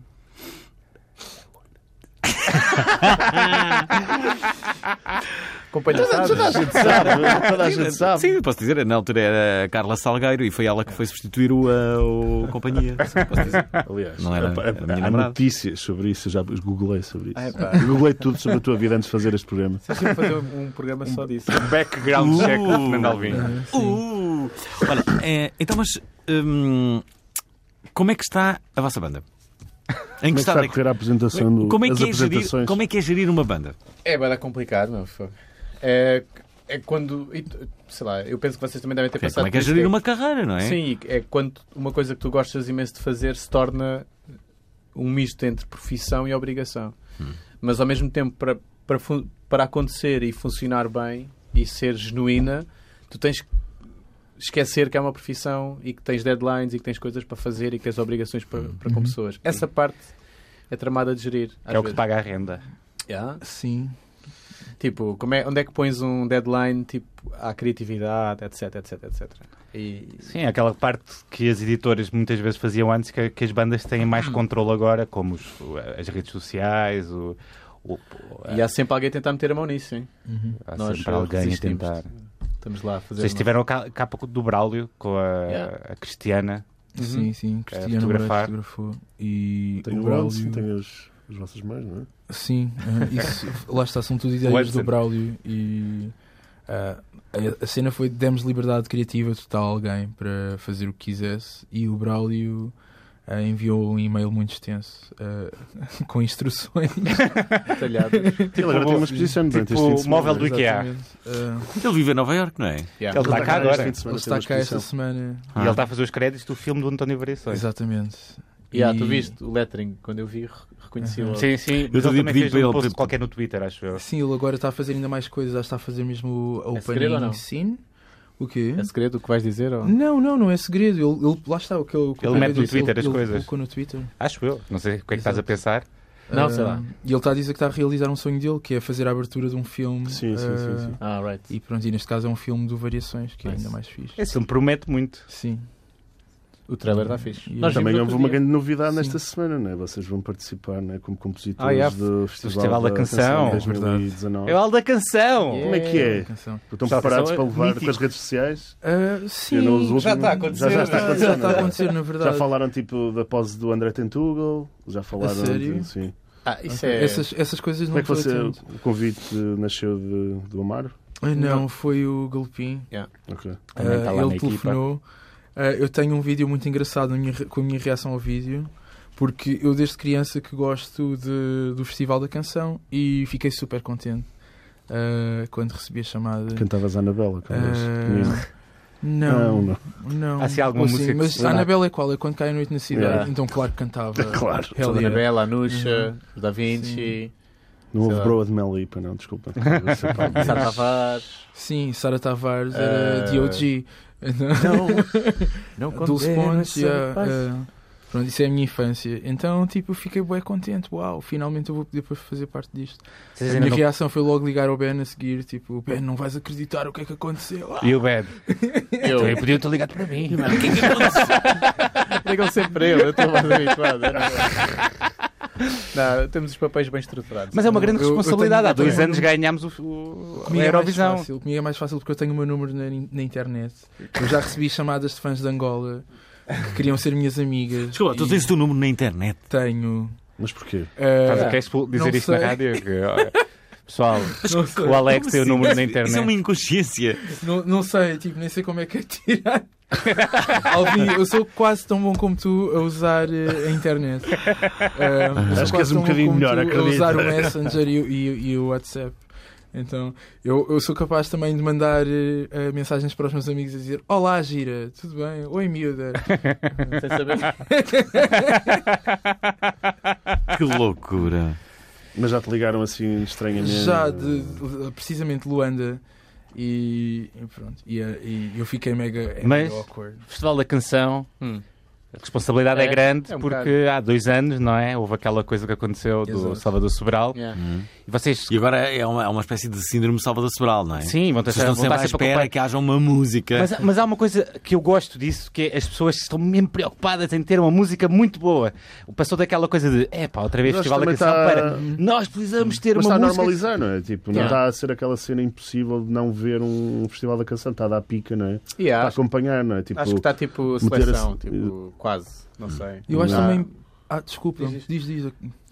Speaker 2: com palhaçadas.
Speaker 3: Toda a gente sabe, toda a gente sabe.
Speaker 1: Sim, posso dizer, na altura era a Carla Salgueiro e foi ela que foi substituir o, eh, o companhia. <laughs> Sim, posso dizer.
Speaker 3: Aliás,
Speaker 1: Não era-
Speaker 3: há-
Speaker 1: era a minha
Speaker 3: há,
Speaker 1: namorada.
Speaker 3: notícias sobre isso, eu já googlei sobre isso.
Speaker 2: Ah, epá.
Speaker 3: Eu googlei tudo sobre a tua vida antes de fazer este programa.
Speaker 2: Vocês deviam fazer um um programa só disso.
Speaker 4: Background check do
Speaker 1: Uh.
Speaker 4: Fernando Alvim.
Speaker 6: ah, sim.
Speaker 1: Uh! Olha, é, então, mas hum, como é que está a vossa banda? Em
Speaker 3: Como é que
Speaker 1: que
Speaker 3: está
Speaker 1: estado
Speaker 3: a
Speaker 1: é que-
Speaker 3: correr a apresentação do,
Speaker 1: como é
Speaker 3: as
Speaker 1: que é gerir,
Speaker 3: apresentações?
Speaker 1: como é que é gerir uma banda?
Speaker 2: É bem complicado, meu. É, é quando. Sei lá, eu penso que vocês também devem ter
Speaker 1: Como é que é gerir uma carreira, não é?
Speaker 2: Sim, e é quando uma coisa que tu gostas imenso de fazer se torna um misto entre profissão e obrigação.
Speaker 4: Hum.
Speaker 2: Mas ao mesmo tempo, para, para, fun- para acontecer e funcionar bem e ser genuína, tu tens que esquecer que é uma profissão e que tens deadlines e que tens coisas para fazer e que tens obrigações para,
Speaker 4: Hum.
Speaker 2: para com pessoas. Essa parte é tramada de gerir. às
Speaker 4: Uhum. É o que
Speaker 2: vezes.
Speaker 4: paga a renda.
Speaker 2: Yeah.
Speaker 6: Sim.
Speaker 2: Tipo, como é, onde é que pões um deadline tipo, à criatividade, etc, etc, etc. E,
Speaker 4: Sim, é aquela parte que as editoras muitas vezes faziam antes, que, que as bandas têm mais controle agora, como os- o- as redes sociais, o, o-
Speaker 2: e há sempre alguém a tentar meter a mão nisso, hein?
Speaker 6: Uhum.
Speaker 4: há
Speaker 2: nós
Speaker 4: sempre alguém a
Speaker 2: resistimos.
Speaker 4: tentar.
Speaker 2: Estamos lá a fazer.
Speaker 4: Vocês
Speaker 2: uma-
Speaker 4: tiveram a ca- capa do Braulio com a,
Speaker 2: Yeah.
Speaker 4: a Cristiana.
Speaker 2: Uhum.
Speaker 6: Sim,
Speaker 2: É
Speaker 6: sim. Cristiano Moraes
Speaker 4: fotografar.
Speaker 6: fotografou. E
Speaker 3: Tem
Speaker 6: o
Speaker 3: o
Speaker 6: Braulio.
Speaker 3: Anson, tem os, os vossos mães, não é?
Speaker 6: Sim,
Speaker 2: <laughs>
Speaker 6: ah, isso, lá está, são tudo
Speaker 4: O
Speaker 6: ideias
Speaker 4: Edson.
Speaker 6: do Braulio e ah, a, a cena foi demos liberdade criativa total a alguém para fazer o que quisesse e o Braulio ah, enviou um e-mail muito extenso ah, <laughs>
Speaker 2: <laughs>
Speaker 6: com instruções.
Speaker 2: Detalhado.
Speaker 3: Ele agora
Speaker 4: o-
Speaker 3: tem uma exposição durante
Speaker 4: tipo
Speaker 3: este fim de
Speaker 4: o
Speaker 2: É
Speaker 4: móvel
Speaker 3: semana.
Speaker 4: do IKEA.
Speaker 6: Exatamente. Ah,
Speaker 1: Ele vive em Nova Iorque, não é?
Speaker 4: Ele
Speaker 2: Yeah.
Speaker 4: está cá
Speaker 3: este
Speaker 4: agora.
Speaker 3: fim de
Speaker 6: ele
Speaker 3: semana, tem uma
Speaker 6: está cá esta
Speaker 3: exposição.
Speaker 6: semana.
Speaker 4: E ele está a fazer os créditos do filme do António Variações.
Speaker 6: Exatamente.
Speaker 2: Yeah, tu
Speaker 6: E-
Speaker 2: viste o lettering, quando eu vi, re- reconheci
Speaker 6: Uhum.
Speaker 2: logo.
Speaker 4: Sim, sim.
Speaker 1: Eu
Speaker 4: mas
Speaker 1: também
Speaker 4: ele também
Speaker 1: pedi
Speaker 4: fez
Speaker 1: para
Speaker 4: um
Speaker 1: ele-
Speaker 4: post qualquer no Twitter, acho eu.
Speaker 6: Sim, ele agora está a fazer ainda mais coisas, já está a fazer mesmo a
Speaker 2: É segredo ou não?
Speaker 6: opening scene. O quê?
Speaker 2: É segredo o que vais dizer? Ou...
Speaker 6: Não, não, não é segredo. Ele, ele- lá está o que eu, o que
Speaker 4: Ele
Speaker 6: eu
Speaker 4: mete no
Speaker 6: disse,
Speaker 4: Twitter
Speaker 6: ele-
Speaker 4: as
Speaker 6: ele
Speaker 4: coisas.
Speaker 6: colocou no Twitter.
Speaker 4: Acho eu. Não sei o que é que estás a
Speaker 6: Exato.
Speaker 4: pensar.
Speaker 2: Não,
Speaker 6: Ah,
Speaker 2: sei lá.
Speaker 6: E ele está a dizer que está a realizar um sonho dele, que é fazer a abertura de um filme.
Speaker 3: Sim, sim,
Speaker 6: ah,
Speaker 3: sim, sim.
Speaker 2: Ah, right.
Speaker 6: E pronto, e neste caso é um filme do Variações, que é
Speaker 2: Nice.
Speaker 6: ainda mais fixe.
Speaker 4: Esse filme promete muito.
Speaker 6: Sim.
Speaker 2: O trailer está fixe.
Speaker 6: E
Speaker 2: Nós
Speaker 3: Também
Speaker 2: vimos
Speaker 3: houve
Speaker 2: outro
Speaker 3: uma
Speaker 2: dia.
Speaker 3: grande novidade
Speaker 6: Sim.
Speaker 3: nesta semana, não é? Vocês vão participar não é? como compositores
Speaker 2: Ah, yeah,
Speaker 3: do Festival,
Speaker 4: Festival da Canção.
Speaker 3: em 2019.
Speaker 4: É o Aldo da Canção!
Speaker 2: Yeah.
Speaker 3: Como é que é?
Speaker 6: Canção.
Speaker 3: Estão
Speaker 4: Só-
Speaker 3: preparados
Speaker 4: só-
Speaker 3: para levar
Speaker 4: mítico.
Speaker 3: com as redes sociais?
Speaker 6: Ah,
Speaker 3: Eu
Speaker 6: sim.
Speaker 3: não uso
Speaker 2: Já
Speaker 3: último-
Speaker 2: está a acontecer,
Speaker 3: Já, já está a
Speaker 2: não é?
Speaker 3: acontecer,
Speaker 6: Já está
Speaker 3: não
Speaker 6: a
Speaker 3: é?
Speaker 6: acontecer, na verdade.
Speaker 3: Já falaram tipo da pose do André Tentugal? Já falaram. de-
Speaker 6: sério?
Speaker 3: sim.
Speaker 2: Ah, isso
Speaker 6: Ok.
Speaker 2: é.
Speaker 6: essas, essas coisas
Speaker 3: Como
Speaker 6: não
Speaker 3: é que você,
Speaker 6: estou atento.
Speaker 3: o convite nasceu de, do Amaro?
Speaker 6: Ah,
Speaker 2: Não.
Speaker 6: Não, foi o Galopim.
Speaker 3: Ok.
Speaker 4: Também está
Speaker 6: Ah,
Speaker 4: lá na
Speaker 6: ele
Speaker 4: equipa.
Speaker 6: telefonou. Ah, eu tenho um vídeo muito engraçado na minha re- com a minha reação ao vídeo, porque eu desde criança que gosto de- do Festival da Canção e fiquei super contente ah, quando recebi a chamada.
Speaker 3: Cantavas a Anabela,
Speaker 6: Ah,
Speaker 3: como uh...
Speaker 6: não,
Speaker 3: não.
Speaker 6: não.
Speaker 4: Há, assim, alguma
Speaker 6: Ou, sim,
Speaker 4: música que
Speaker 6: mas
Speaker 4: se
Speaker 6: a
Speaker 4: lembra?
Speaker 6: Anabela é qual? É quando cai a noite na cidade?
Speaker 3: Yeah.
Speaker 6: Então, claro que cantava.
Speaker 3: Claro.
Speaker 6: Hell
Speaker 2: Toda
Speaker 6: yeah.
Speaker 2: a Bela, a Nuxa, o Da Vinci,
Speaker 3: Não houve
Speaker 2: Sei lá.
Speaker 3: broa de Mel Lipa, não, desculpa.
Speaker 2: Sara Tavares.
Speaker 6: Sim, Sara Tavares era
Speaker 2: Ah.
Speaker 6: DOG. <laughs>
Speaker 2: Não, é, né, não
Speaker 6: Dulce Pontes. yeah, ah, Pronto, isso é a minha infância. Então, tipo, eu fiquei bem contente. Uau, finalmente eu vou poder fazer parte disto.
Speaker 4: Vocês
Speaker 6: a
Speaker 4: ainda
Speaker 6: minha
Speaker 4: não-
Speaker 6: reação foi logo ligar ao Ben a seguir. Tipo, Ben, não vais acreditar o que é que aconteceu. Ah,
Speaker 4: E o Ben? Eu... <laughs> Também podiam ter ligado para mim.
Speaker 2: Ligam sempre eu, eu estou mais habituado. Não, temos os papéis bem estruturados.
Speaker 4: Mas é uma grande
Speaker 6: Eu- eu
Speaker 4: responsabilidade.
Speaker 6: tenho-
Speaker 4: Há dois
Speaker 6: eu-
Speaker 4: anos ganhámos o, o, a
Speaker 6: Comigo é, mais
Speaker 4: Eurovisão.
Speaker 6: fácil, comigo é mais fácil porque eu tenho o meu número na, na internet. Eu já recebi chamadas de fãs de Angola que queriam ser minhas amigas.
Speaker 1: Desculpa, tu
Speaker 6: e
Speaker 1: tens o teu número na internet.
Speaker 6: Tenho.
Speaker 3: Mas porquê?
Speaker 6: eh,
Speaker 4: Estás a querer expo- é dizer
Speaker 6: Não
Speaker 4: isto na
Speaker 6: sei.
Speaker 4: rádio? Que, ó, Pessoal, o Alex tem o número na internet.
Speaker 1: Isso
Speaker 2: um
Speaker 1: é uma inconsciência.
Speaker 6: Não, não sei, tipo, nem sei como é que é tirar. <laughs> Alvin, eu sou quase tão bom como tu a usar eh, a
Speaker 3: <laughs>
Speaker 6: internet. Ah, eu sou
Speaker 3: Acho que
Speaker 6: quase
Speaker 3: és um
Speaker 6: tão bom
Speaker 3: bocadinho
Speaker 6: como
Speaker 3: melhor,
Speaker 6: tu
Speaker 3: acredito.
Speaker 6: A usar o Messenger e, o- e o- e o WhatsApp. Então, eu, eu sou capaz também de mandar eh, eh, mensagens para os meus amigos a dizer: Olá, Gira, tudo bem?
Speaker 3: <laughs>
Speaker 6: Oi, miúda. Tipo,
Speaker 2: Sem saber.
Speaker 1: Que loucura.
Speaker 3: Mas já te ligaram assim estranhamente?
Speaker 6: Já de, de- precisamente Luanda. E, e pronto. E, eh, e eu fiquei mega, é
Speaker 4: Mas-
Speaker 6: mega awkward.
Speaker 4: Festival da Canção,
Speaker 2: Hum.
Speaker 4: a responsabilidade é,
Speaker 2: É,
Speaker 4: grande
Speaker 2: é um
Speaker 4: porque
Speaker 2: bocado.
Speaker 4: há dois anos, não é? Houve aquela coisa que aconteceu do
Speaker 6: Exato.
Speaker 4: Salvador Sobral.
Speaker 2: Yeah.
Speaker 1: Hum.
Speaker 4: E vocês,
Speaker 1: E agora é uma, é uma espécie de síndrome de Salvador Sobral, não é?
Speaker 4: sim, vão ter
Speaker 1: Vocês estão
Speaker 4: vão estar
Speaker 1: sempre à
Speaker 4: a
Speaker 1: espera
Speaker 4: comparar.
Speaker 1: que haja uma música.
Speaker 4: Mas, é mas há uma coisa que eu gosto disso, que é as pessoas estão mesmo preocupadas em ter uma música muito boa. Passou daquela coisa de, é pá, outra vez
Speaker 3: Mas
Speaker 4: Festival da
Speaker 3: também
Speaker 4: Canção,
Speaker 3: está-
Speaker 4: para, nós precisamos ter
Speaker 3: Mas
Speaker 4: uma
Speaker 3: está a
Speaker 4: música...
Speaker 3: normalizar, não é? Tipo, não
Speaker 4: Yeah.
Speaker 3: está a ser aquela cena impossível de não ver um festival da canção, está a dar pica, não é?
Speaker 2: Yeah,
Speaker 3: Está a
Speaker 2: acho,
Speaker 3: acompanhar, não é? Tipo,
Speaker 2: acho que está tipo a
Speaker 3: meter a
Speaker 2: seleção,
Speaker 3: se-
Speaker 2: tipo, quase. Não sei.
Speaker 6: Eu acho
Speaker 3: Não. Tá
Speaker 6: também. Ah, desculpa, diz, diz.
Speaker 2: Não, ia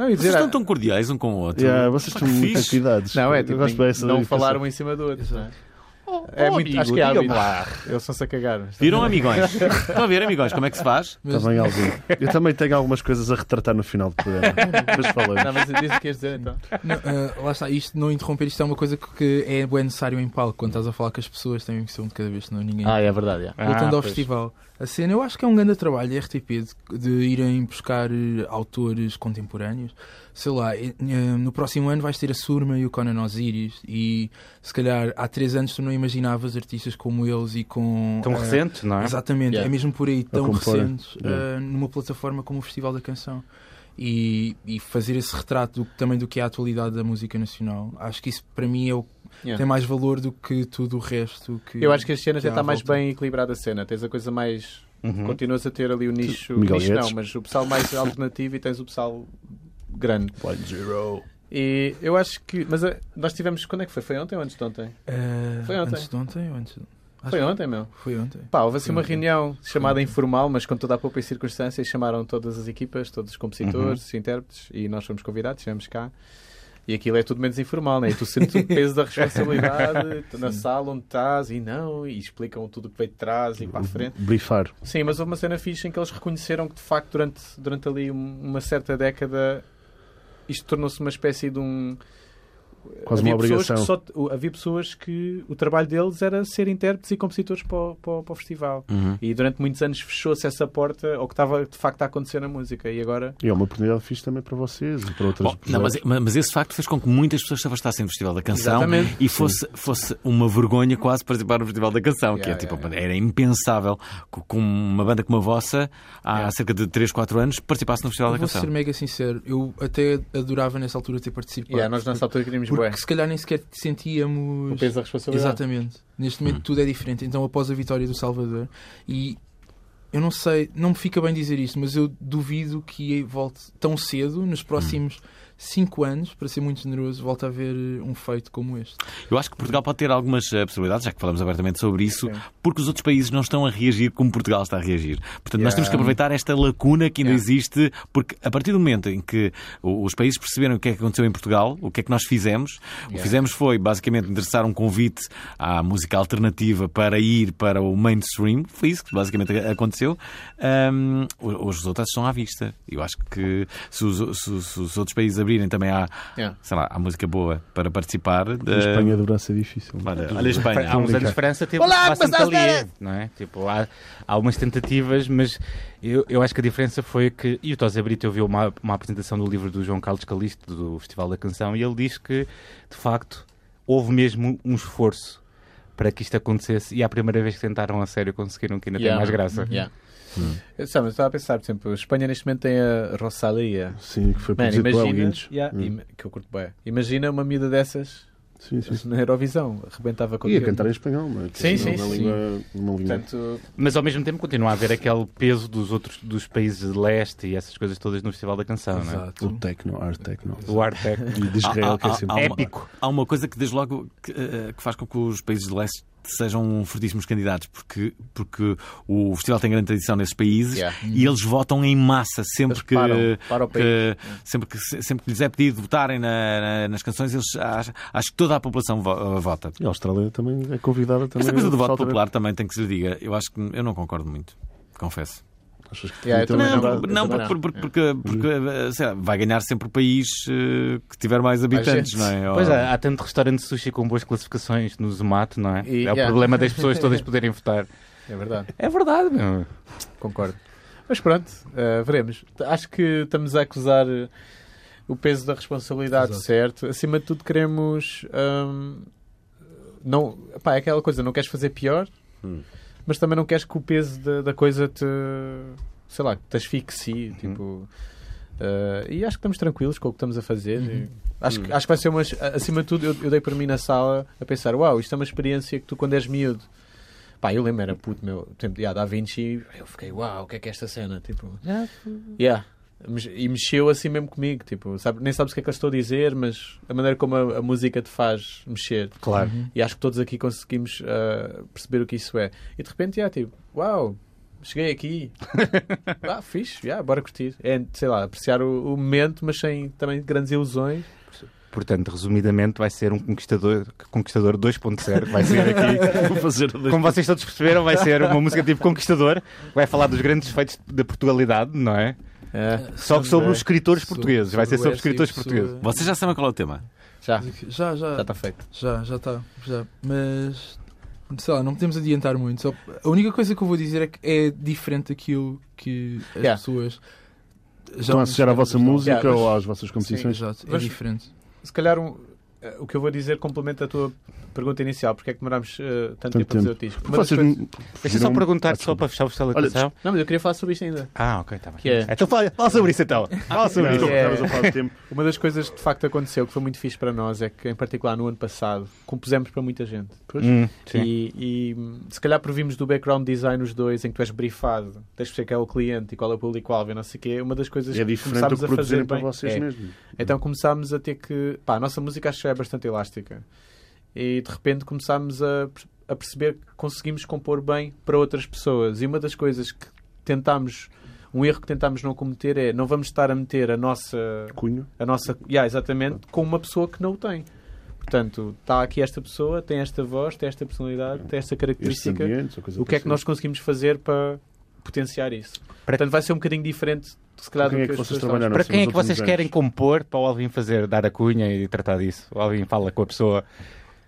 Speaker 1: Vocês
Speaker 2: dizer,
Speaker 1: estão tão cordiais um com o outro.
Speaker 3: yeah, vocês
Speaker 1: Pá,
Speaker 3: têm
Speaker 1: que
Speaker 3: muitas
Speaker 1: fixe.
Speaker 3: cuidados.
Speaker 2: não, é
Speaker 3: Eu
Speaker 2: tipo,
Speaker 3: gosto bem dessa
Speaker 2: não
Speaker 3: diferença.
Speaker 2: falar um em cima do outro. não é?
Speaker 4: Oh,
Speaker 2: É
Speaker 4: oh,
Speaker 2: muito-
Speaker 4: amigo,
Speaker 2: acho que é
Speaker 4: diga-me
Speaker 2: hábito.
Speaker 4: lá.
Speaker 2: Eles são-se a cagar. mas- tá
Speaker 1: Viram, amigões? Estão a ver, amigões, como é que se faz?
Speaker 6: Mas,
Speaker 3: Também algum. Eu também tenho algumas coisas a retratar no final do programa. Mas falei.
Speaker 2: Não, mas diz o que ias dizer então.
Speaker 6: Não, ah, lá está, isto não interromper, isto é uma coisa que, que é bem necessário em palco. Quando estás a falar com as pessoas, tem que ser um de cada vez, senão ninguém.
Speaker 7: Ah, é verdade, é.
Speaker 6: Voltando ao
Speaker 4: pois.
Speaker 6: festival, a cena, eu acho que é um grande trabalho da RTP de, de irem buscar eh, autores contemporâneos. Sei lá, eh, eh, no próximo ano vais ter a Surma e o Conan Osiris. E se calhar há três anos tu não imaginavas artistas como eles e com.
Speaker 4: Tão
Speaker 6: ah,
Speaker 4: recente, não é?
Speaker 6: Exatamente,
Speaker 7: Yeah.
Speaker 6: é mesmo por aí, tão
Speaker 3: compor.
Speaker 6: recentes,
Speaker 3: Yeah.
Speaker 6: eh, numa plataforma como o Festival da Canção. E, e fazer esse retrato do- também do que é a atualidade da música nacional, acho que isso para mim é o-
Speaker 2: Yeah.
Speaker 6: tem mais valor do que tudo o resto. Que,
Speaker 2: Eu acho que as cenas
Speaker 6: que
Speaker 2: já
Speaker 6: há à
Speaker 2: está mais
Speaker 6: volta.
Speaker 2: bem equilibrada a cena. Tens a coisa mais.
Speaker 4: Uhum.
Speaker 2: Continuas a ter ali o nicho.
Speaker 3: Miguel
Speaker 2: nicho não,
Speaker 3: Guedes.
Speaker 2: mas o pessoal mais alternativo e tens o pessoal grande.
Speaker 3: Point zero.
Speaker 2: E eu acho que. Mas eh, nós tivemos. Quando é que foi? Foi ontem ou antes de ontem?
Speaker 6: Eh,
Speaker 2: Foi ontem.
Speaker 6: Antes de ontem ou antes de... acho
Speaker 2: Foi
Speaker 6: que
Speaker 2: ontem, meu.
Speaker 6: Foi ontem.
Speaker 2: Pá, houve assim
Speaker 6: Foi
Speaker 2: uma
Speaker 6: ontem.
Speaker 2: reunião chamada informal, mas com toda a poupa e circunstância, e chamaram todas as equipas, todos os compositores, os intérpretes, e nós fomos convidados, estivemos cá. E aquilo é tudo menos informal, né? E tu sentes o peso da responsabilidade tu na sala onde estás e não, e explicam tudo o que veio de trás e para a frente.
Speaker 3: Brifar.
Speaker 2: Sim, mas houve uma cena fixe em que eles reconheceram que de facto durante, durante ali um- uma certa década isto tornou-se uma espécie de um.
Speaker 3: Quase uma
Speaker 2: pessoas que
Speaker 3: obrigação.
Speaker 2: só- o- havia pessoas que o trabalho deles era ser intérpretes e compositores para o, para o- para o festival.
Speaker 1: Uhum.
Speaker 2: E durante muitos anos fechou-se essa porta ao que estava de facto a acontecer na música. E agora.
Speaker 3: E é uma oportunidade fixe também para vocês e para outras
Speaker 1: Bom, não,
Speaker 3: pessoas.
Speaker 2: é-
Speaker 1: mas, mas esse facto fez com que muitas pessoas se afastassem do Festival da Canção
Speaker 2: Exatamente.
Speaker 1: e fosse, fosse uma vergonha quase participar no Festival da Canção, que é,
Speaker 2: Yeah,
Speaker 1: tipo,
Speaker 2: yeah,
Speaker 1: era impensável que com uma banda como a vossa, há cerca de 3, 4 anos, participasse no Festival
Speaker 6: Eu
Speaker 1: da
Speaker 6: vou
Speaker 1: Canção.
Speaker 6: ser mega sincero, eu até adorava nessa altura ter participado.
Speaker 2: Yeah, é, nós nessa altura queríamos
Speaker 6: porque
Speaker 2: bué.
Speaker 6: se calhar nem sequer
Speaker 2: O
Speaker 6: sentíamos.
Speaker 2: peso da responsabilidade.
Speaker 6: Exatamente. Neste momento tudo é diferente. Então, após a vitória do Salvador, e eu não sei, não me fica bem dizer isto, mas eu duvido que volte tão cedo, nos próximos 5 anos, para ser muito generoso, volte a haver um feito como este.
Speaker 1: Eu acho que Portugal pode ter algumas eh, possibilidades, já que falamos abertamente sobre isso,
Speaker 2: Sim.
Speaker 1: porque os outros países não estão a reagir como Portugal está a reagir. Portanto, nós
Speaker 2: Yeah.
Speaker 1: temos que aproveitar esta lacuna que ainda
Speaker 6: Yeah.
Speaker 1: existe, porque a partir do momento em que o- os países perceberam o que é que aconteceu em Portugal, o que é que nós fizemos, o que fizemos foi basicamente endereçar um convite à música alternativa para ir para o mainstream. Foi isso que basicamente a- aconteceu. Ahm, o- os resultados estão à vista. Eu acho que se os, se- se os outros países abrirem também à,
Speaker 2: Yeah.
Speaker 1: sei lá, à música boa para participar.
Speaker 3: A
Speaker 1: eh,
Speaker 3: Espanha deverá ser difícil.
Speaker 1: Olha, olha a Espanha.
Speaker 3: um
Speaker 1: um
Speaker 4: Há uns anos França teve Olá, bastante ali, não é? Tipo, há, há umas tentativas, mas eu, eu acho que a diferença foi que... E o Tosé Brito ouviu uma, uma apresentação do livro do João Carlos Calisto, do Festival da Canção, e ele diz que, de facto, houve mesmo um esforço para que isto acontecesse e à primeira vez que tentaram a sério conseguiram que ainda
Speaker 2: Yeah.
Speaker 4: tem mais graça.
Speaker 2: Yeah. Eu, sabe, eu estava a pensar, por exemplo, a Espanha neste momento tem a Rosalia.
Speaker 3: Sim, que foi
Speaker 2: Man,
Speaker 3: produzido por
Speaker 2: imagina,
Speaker 3: Alguinhos.
Speaker 2: yeah,
Speaker 3: Hum.
Speaker 2: ima- que eu curto bem. Imagina uma miúda dessas
Speaker 3: Sim, sim.
Speaker 2: na Eurovisão, arrebentava com
Speaker 3: E a
Speaker 2: aquilo.
Speaker 3: cantar em espanhol, não é? Que
Speaker 2: Sim,
Speaker 3: isso
Speaker 2: sim,
Speaker 3: não é uma
Speaker 2: sim.
Speaker 3: língua- uma língua-
Speaker 2: Portanto,
Speaker 4: Mas ao mesmo tempo continua a haver aquele peso dos outros dos países de leste e essas coisas todas no Festival da Canção, não é?
Speaker 3: O techno, art techno.
Speaker 4: O Artec.
Speaker 3: E de Israel, que é
Speaker 1: Ah, ah,
Speaker 3: sempre.
Speaker 1: ah, ah,
Speaker 4: Épico.
Speaker 1: Há uma coisa que desde logo que, eh, que faz com que os países de leste sejam fortíssimos candidatos, porque, porque o festival tem grande tradição nesses países
Speaker 2: Yeah.
Speaker 1: e eles votam em massa sempre
Speaker 2: Eles
Speaker 1: que,
Speaker 2: param, para o país.
Speaker 1: que- sempre que sempre que lhes é pedido votarem na- na- nas canções, eles acho, acho que toda a população vo- eh, vota.
Speaker 3: E a Austrália também é convidada também.
Speaker 1: Esta coisa
Speaker 3: ao
Speaker 1: do voto
Speaker 3: Festival
Speaker 1: popular também tem que se lhe diga. Eu acho que eu não concordo muito. Confesso.
Speaker 3: também. Achas que
Speaker 2: Yeah, eu
Speaker 3: então,
Speaker 2: também
Speaker 3: não,
Speaker 1: Não,
Speaker 2: concordo.
Speaker 1: por- não,
Speaker 2: também
Speaker 1: por- por-
Speaker 3: É.
Speaker 1: porque,
Speaker 3: Uhum.
Speaker 1: porque, eh, sei lá, vai ganhar sempre o país eh, que tiver mais habitantes,
Speaker 2: gente.
Speaker 1: não é?
Speaker 4: Pois
Speaker 1: Ou-
Speaker 4: é, há tanto restaurante de sushi com boas classificações no Zomato, não é?
Speaker 2: E-
Speaker 4: é o
Speaker 2: yeah.
Speaker 4: problema das pessoas
Speaker 2: <laughs>
Speaker 4: todas poderem votar.
Speaker 2: é verdade,
Speaker 4: É verdade, meu.
Speaker 2: concordo. Mas pronto, eh, veremos. T- Acho que estamos a acusar eh, o peso da responsabilidade, certo? Acima de tudo, queremos. hum, não, pá, é aquela coisa, não queres fazer pior,
Speaker 1: Hum.
Speaker 2: mas também não queres que o peso da, da coisa te. sei lá, te asfixie. Tipo, eh, e acho que estamos tranquilos com o que estamos a fazer. e Acho, que, acho que vai ser uma. Acima de tudo, eu, eu dei por mim na sala a pensar: uau, isto é uma experiência que tu, quando és miúdo. Pá, eu lembro, era puto meu. Por exemplo, yeah, da Vinci, eu fiquei, uau, o que é que é esta cena? Tipo, yeah. Mex- E mexeu assim mesmo comigo. Tipo, sabe, nem sabes o que é que eu estou a dizer, mas a maneira como a, a música te faz mexer.
Speaker 4: Claro.
Speaker 2: E acho que todos aqui conseguimos ah, perceber o que isso é. E de repente, yeah, tipo, uau, cheguei aqui. ah, fixe, yeah, bora curtir. É, sei lá, apreciar o, o momento, mas sem também grandes ilusões.
Speaker 4: Portanto, resumidamente, vai ser um conquistador, conquistador 2.0. Vai ser
Speaker 2: <laughs>
Speaker 4: aqui. Como vocês todos perceberam, vai ser uma música tipo conquistador. Vai falar dos grandes feitos da Portugalidade, não é?
Speaker 2: É,
Speaker 4: Só que sobre os escritores
Speaker 6: Sobre-
Speaker 4: portugueses. Vai ser sobre
Speaker 6: o
Speaker 4: os escritores
Speaker 6: Epsi,
Speaker 4: portugueses.
Speaker 6: sobre-
Speaker 1: Vocês já sabem qual é o tema?
Speaker 2: já,
Speaker 6: Já,
Speaker 2: já
Speaker 6: já,
Speaker 2: está feito.
Speaker 6: já, já está. Já. Mas, sei lá, não podemos adiantar muito. Só, a única coisa que eu vou dizer é que é diferente daquilo que as
Speaker 2: Yeah.
Speaker 6: pessoas
Speaker 3: Estão a associar à vossa música
Speaker 2: Yeah, mas-
Speaker 3: ou às vossas competições?
Speaker 6: Exato, é
Speaker 2: Mas-
Speaker 6: diferente.
Speaker 2: se calhar um- eh, o que eu vou dizer complementa a tua pergunta inicial, porque é que demorámos eh, tanto,
Speaker 3: Tanto
Speaker 2: tempo, a dizer o
Speaker 3: tempo.
Speaker 2: disco.
Speaker 3: Porque
Speaker 2: Uma das
Speaker 3: vocês
Speaker 2: coisas-
Speaker 3: me-
Speaker 4: Deixa eu só
Speaker 3: viram-
Speaker 4: perguntar,
Speaker 3: Ah,
Speaker 4: só para fechar o festival da
Speaker 3: Olha,
Speaker 4: canção.
Speaker 2: Não, mas eu queria falar sobre isto ainda.
Speaker 4: Ah, ok, está bem.
Speaker 2: Que é-
Speaker 4: Então fala, fala sobre isso então. Fala sobre
Speaker 3: Não,
Speaker 4: isso.
Speaker 2: Sim. É.
Speaker 3: estavas a falar de tempo.
Speaker 2: Uma das coisas que de facto aconteceu, que foi muito fixe para nós, é que em particular no ano passado compusemos para muita gente.
Speaker 4: Hum, sim.
Speaker 2: E, e, hum, se calhar provimos do background design os dois, em que tu és briefado, tens de perceber quem é o cliente e qual é o público-alvo e não sei o quê. Uma das coisas
Speaker 3: É
Speaker 2: que
Speaker 3: diferente do
Speaker 2: começámos
Speaker 3: que
Speaker 2: a fazer
Speaker 3: produzirem para
Speaker 2: bem.
Speaker 3: vocês
Speaker 2: É.
Speaker 3: mesmos.
Speaker 2: Então começámos a ter que. Pá, a nossa música acho que já é bastante elástica. E de repente começámos a, per- a perceber que conseguimos compor bem para outras pessoas. E uma das coisas que tentámos. Um erro que tentámos não cometer é não vamos estar a meter a nossa.
Speaker 3: Cunho.
Speaker 2: A nossa yeah, exatamente, com uma pessoa que não o tem. Portanto, está aqui esta pessoa, tem esta voz, tem esta personalidade, tem esta
Speaker 3: Estes
Speaker 2: característica.
Speaker 3: ambientes, ou coisa
Speaker 2: O que é que nós conseguimos fazer para potenciar isso? Portanto, vai ser um bocadinho diferente, se calhar,
Speaker 3: Com quem
Speaker 2: do
Speaker 3: é
Speaker 2: que
Speaker 3: que
Speaker 2: as
Speaker 3: vocês
Speaker 2: pessoas estavam-
Speaker 3: trabalharam?
Speaker 4: Para quem é
Speaker 3: nos
Speaker 4: que vocês
Speaker 3: últimos
Speaker 4: querem
Speaker 3: anos?
Speaker 4: compor para o Alvin fazer, dar a cunha e tratar disso? O Alvin fala com a pessoa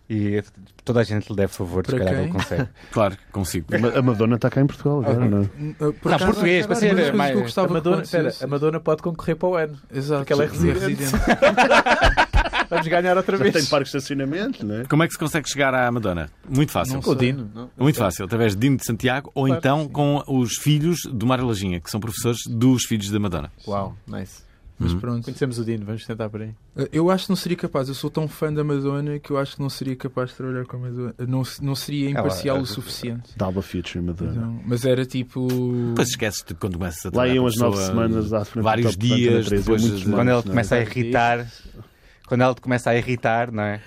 Speaker 4: e toda a gente lhe deve favor, se
Speaker 6: Para
Speaker 4: calhar
Speaker 6: quem?
Speaker 4: ele
Speaker 2: <laughs>
Speaker 4: consegue.
Speaker 1: Claro, que consigo.
Speaker 3: Ma- A Madonna está cá em Portugal agora, não é?
Speaker 6: N- uh, Por
Speaker 4: Não, português, para ser
Speaker 6: uma das coisas
Speaker 4: mais-
Speaker 6: que eu gostava
Speaker 2: A Madonna,
Speaker 6: que
Speaker 2: espera,
Speaker 6: acontecesse-
Speaker 2: a Madonna pode concorrer para o ano.
Speaker 6: Exato.
Speaker 2: porque ela é residente. <laughs> Vamos ganhar outra
Speaker 3: Já
Speaker 2: vez.
Speaker 3: tem parque de estacionamento, não é?
Speaker 1: Como é que se consegue chegar à Madonna? Muito fácil.
Speaker 6: Não
Speaker 2: Com o Dino. não?
Speaker 1: Muito fácil, através de Dino de Santiago ou
Speaker 2: Claro,
Speaker 1: então com os filhos do Mário Lajinha, que são professores dos filhos da Madonna.
Speaker 2: Uau, nice.
Speaker 6: Mas
Speaker 1: Uhum.
Speaker 6: pronto.
Speaker 2: Conhecemos o Dino, vamos tentar por aí.
Speaker 4: Uhum.
Speaker 6: Eu acho que não seria capaz. Eu sou tão fã da Madonna que eu acho que não seria capaz de trabalhar com a Madonna. Não, não seria
Speaker 4: Ela-
Speaker 6: imparcial
Speaker 4: ela-
Speaker 6: o suficiente.
Speaker 3: Dava feature Madonna.
Speaker 6: Então, mas era tipo.
Speaker 1: Depois esqueces-te quando começas a
Speaker 3: Lá
Speaker 1: trabalhar
Speaker 3: iam
Speaker 1: com
Speaker 3: as
Speaker 1: a
Speaker 3: nove
Speaker 1: pessoa,
Speaker 3: semanas à frente
Speaker 1: vários
Speaker 3: do top da Antena
Speaker 1: dias,
Speaker 3: três, é
Speaker 1: depois
Speaker 3: muitos
Speaker 1: de-
Speaker 4: Quando ele
Speaker 3: anos, não é?
Speaker 4: começa a irritar, quando ela te começa a irritar, não é?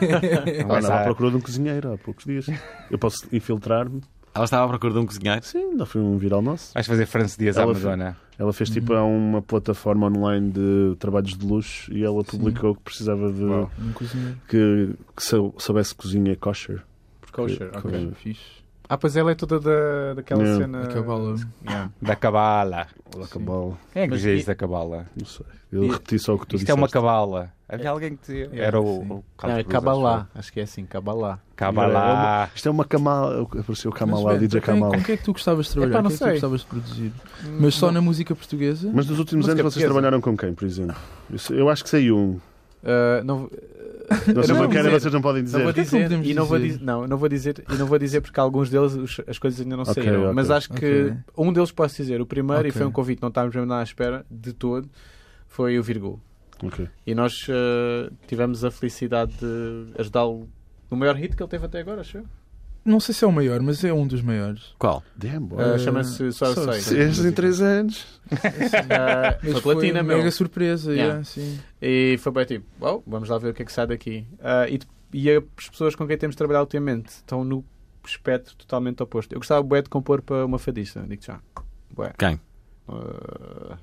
Speaker 3: Ah,
Speaker 4: Começa
Speaker 3: andava à
Speaker 4: a-
Speaker 3: procura de um cozinheiro há poucos dias. Eu posso infiltrar-me.
Speaker 1: Ela estava à procura de um cozinheiro.
Speaker 3: Sim, ainda foi um viral nosso.
Speaker 4: Vais fazer France Dias à
Speaker 3: Ela foi-
Speaker 4: Madonna.
Speaker 3: Ela fez tipo a uma plataforma online de trabalhos de luxo e ela publicou que precisava de
Speaker 4: Uau.
Speaker 6: Um cozinheiro.
Speaker 3: que, que sou- soubesse cozinha kosher.
Speaker 2: Kosher, ok.
Speaker 3: Ok.
Speaker 6: Fixe.
Speaker 2: Ah, pois ela é toda da, daquela
Speaker 3: Yeah.
Speaker 2: cena.
Speaker 6: Acabou lá.
Speaker 2: Yeah.
Speaker 4: Da cabala.
Speaker 3: Lá cabala.
Speaker 4: Quem é que
Speaker 2: Mas
Speaker 4: dizia
Speaker 2: e-
Speaker 4: isso da cabala?
Speaker 3: Não sei. Eu
Speaker 2: E-
Speaker 3: repeti só o que tu
Speaker 4: Isto
Speaker 3: disseste.
Speaker 4: é uma cabala. Havia alguém que dizia.
Speaker 2: Yeah,
Speaker 4: Era
Speaker 6: sim.
Speaker 4: o, o
Speaker 2: Não, é
Speaker 4: Carlos Cruz, acho
Speaker 2: Cabalá, acho que é assim,
Speaker 4: eu.
Speaker 2: Cabalá.
Speaker 3: É uma-
Speaker 4: Cabala.
Speaker 3: Isto é uma Kamal. Apareceu o Kamal Tá lá, o
Speaker 6: Mas, bem,
Speaker 3: DJ
Speaker 6: para quem-
Speaker 3: Kamal.
Speaker 6: Com quem é que tu gostavas de trabalhar?
Speaker 2: Epá, não
Speaker 6: Quem é que tu
Speaker 2: sei.
Speaker 6: gostavas de produzir?
Speaker 2: Hum,
Speaker 6: Mas só na música portuguesa?
Speaker 3: Mas nos últimos
Speaker 2: Música
Speaker 3: anos vocês
Speaker 2: portuguesa.
Speaker 3: trabalharam com quem, por exemplo? Eu, sei- eu acho que sei um.
Speaker 2: Ah, não-
Speaker 3: Nós
Speaker 2: Não
Speaker 3: não,
Speaker 2: vou
Speaker 3: não querem,
Speaker 2: dizer.
Speaker 3: vocês não podem
Speaker 2: Não vou
Speaker 3: dizer.
Speaker 6: que é que não
Speaker 2: dizer,
Speaker 6: podemos
Speaker 2: e não vou
Speaker 6: dizer?
Speaker 2: dizer, não, não vou dizer, e não vou dizer porque alguns deles os- as coisas ainda não
Speaker 3: Ok,
Speaker 2: saíram,
Speaker 3: ok.
Speaker 2: mas acho que
Speaker 6: Ok.
Speaker 2: um deles posso dizer, o primeiro e
Speaker 6: Ok.
Speaker 2: foi um convite, não estávamos mesmo nada à espera de todo, foi o Virgul.
Speaker 3: Ok.
Speaker 2: E nós eh, tivemos a felicidade de ajudá-lo no maior hit que ele teve até agora, acho eu.
Speaker 6: Não sei se é o maior, mas é um dos maiores.
Speaker 1: Qual?
Speaker 3: Damn, boy.
Speaker 2: Eh,
Speaker 6: Ah,
Speaker 2: Chama-se Só Eu
Speaker 6: Só Eu
Speaker 2: Sei.
Speaker 6: Sei.
Speaker 3: Estes em 3 anos. <laughs>
Speaker 2: Eh,
Speaker 6: Mas
Speaker 2: foi
Speaker 6: foi
Speaker 2: platina,
Speaker 6: mega
Speaker 2: meu.
Speaker 6: surpresa,
Speaker 2: Yeah.
Speaker 6: yeah, sim.
Speaker 2: E foi bem tipo, "Uau, vamos lá ver o que é que sai daqui. Ah, e, de- e as pessoas com quem temos trabalhado ultimamente estão no espectro totalmente oposto. Eu gostava bué de compor para uma fadista, digo já. Bué.
Speaker 1: Quem?
Speaker 2: Ah,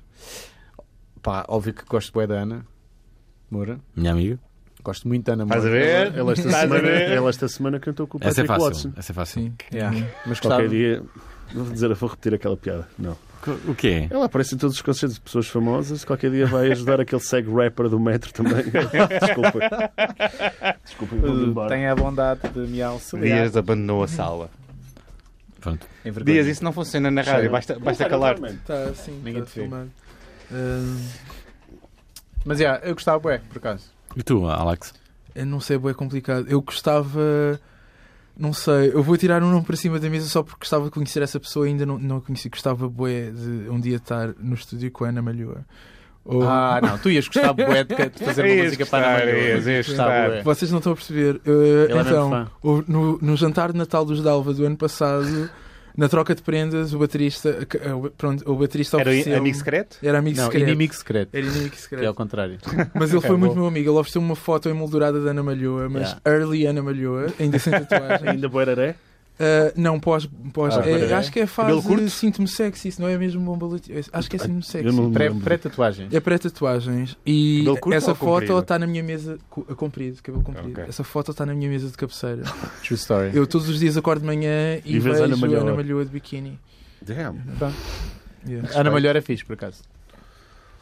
Speaker 2: pá, óbvio que gosto bué da Ana Moura.
Speaker 1: Minha amiga?
Speaker 2: Gosto muito da Ana Moura.
Speaker 3: Estás a ver? Ela esta,
Speaker 2: Estás a
Speaker 3: semana,
Speaker 2: ver?
Speaker 3: ela esta semana cantou com o
Speaker 1: Essa é
Speaker 3: Patrick
Speaker 1: fácil.
Speaker 3: Watson.
Speaker 1: Essa é fácil.
Speaker 6: sim.
Speaker 2: Yeah. Mas gostava.
Speaker 3: Qualquer dia. Vou dizer, vou repetir aquela piada. Não.
Speaker 1: O quê?
Speaker 3: Ela aparece em todos os concertos de pessoas famosas. Qualquer dia vai ajudar aquele seg rapper do metro
Speaker 2: <laughs>
Speaker 3: também. Desculpa. Desculpa, eu
Speaker 2: Uh,
Speaker 3: vou embora.
Speaker 2: Tenha a bondade de me auxiliar.
Speaker 4: Dias abandonou a sala.
Speaker 1: Pronto.
Speaker 2: Em vergonha.
Speaker 4: Dias, isso não funciona na rádio, basta, basta calar-te.
Speaker 6: Tá, sim,
Speaker 2: Ninguém
Speaker 6: tá
Speaker 2: te vê.
Speaker 6: filmado. Ah,
Speaker 2: Mas yeah, eu gostava bué, por acaso.
Speaker 1: E tu, Alex?
Speaker 6: eu não sei, é complicado. Eu gostava. Não sei, eu vou tirar um nome para cima da mesa só porque gostava de conhecer essa pessoa e ainda não, não a conheci. Gostava, bué, de um dia estar no estúdio com a Ana Malhoa. Ou-
Speaker 2: Ah, não, tu ias gostar bué de de <laughs>
Speaker 4: <laughs>
Speaker 2: fazer uma
Speaker 4: Ias
Speaker 2: música para a Ana
Speaker 4: gostar,
Speaker 2: Moura.
Speaker 4: ias, ias
Speaker 2: Gostava é.
Speaker 4: gostar.
Speaker 2: bué.
Speaker 6: Vocês não estão a perceber. Uh,
Speaker 2: era
Speaker 6: então,
Speaker 2: é fã.
Speaker 6: o- no, no jantar de Natal dos Dalva do ano passado, na troca de prendas, o baterista. que- eh, o- Pronto, o baterista
Speaker 4: Era
Speaker 6: ofereceu.
Speaker 4: amigo secreto?
Speaker 6: Era amigo
Speaker 2: Não,
Speaker 6: secreto.
Speaker 2: inimigo secreto.
Speaker 6: Era inimigo
Speaker 2: Que é ao
Speaker 4: <laughs>
Speaker 6: secreto.
Speaker 2: contrário.
Speaker 6: Mas ele
Speaker 2: Ok,
Speaker 6: foi muito
Speaker 2: bom.
Speaker 6: meu amigo. Ele ofereceu me uma foto emoldurada da Ana Malhoa, mas
Speaker 2: Yeah.
Speaker 6: early Ana Malhoa, ainda sem
Speaker 2: <laughs>
Speaker 6: tatuagem.
Speaker 3: Ainda boeraré?
Speaker 6: Uh, não, pós. pós
Speaker 2: Ah,
Speaker 6: é,
Speaker 2: ok.
Speaker 6: acho que é a
Speaker 4: Cabelo curto?
Speaker 6: fase sinto-me sexy. Isso não é mesmo bomba Acho que é sinto-me sexy.
Speaker 3: Eu não me
Speaker 2: Pré-
Speaker 3: lembro.
Speaker 2: Pré-tatuagem.
Speaker 6: É pré-tatuagens e
Speaker 4: Cabelo curto
Speaker 6: essa
Speaker 4: ou comprido?
Speaker 6: foto está na minha mesa. cu- Comprido, cabelo comprido.
Speaker 4: Ok.
Speaker 6: Essa foto está na minha mesa de cabeceira.
Speaker 2: True story.
Speaker 6: Eu todos os dias acordo de manhã e,
Speaker 3: E vês
Speaker 6: vejo
Speaker 3: a Ana
Speaker 6: Ana Malhoa.
Speaker 3: Malhoa.
Speaker 6: de biquíni.
Speaker 3: Damn.
Speaker 6: Yeah.
Speaker 2: Ana Malhor é fixe, por acaso.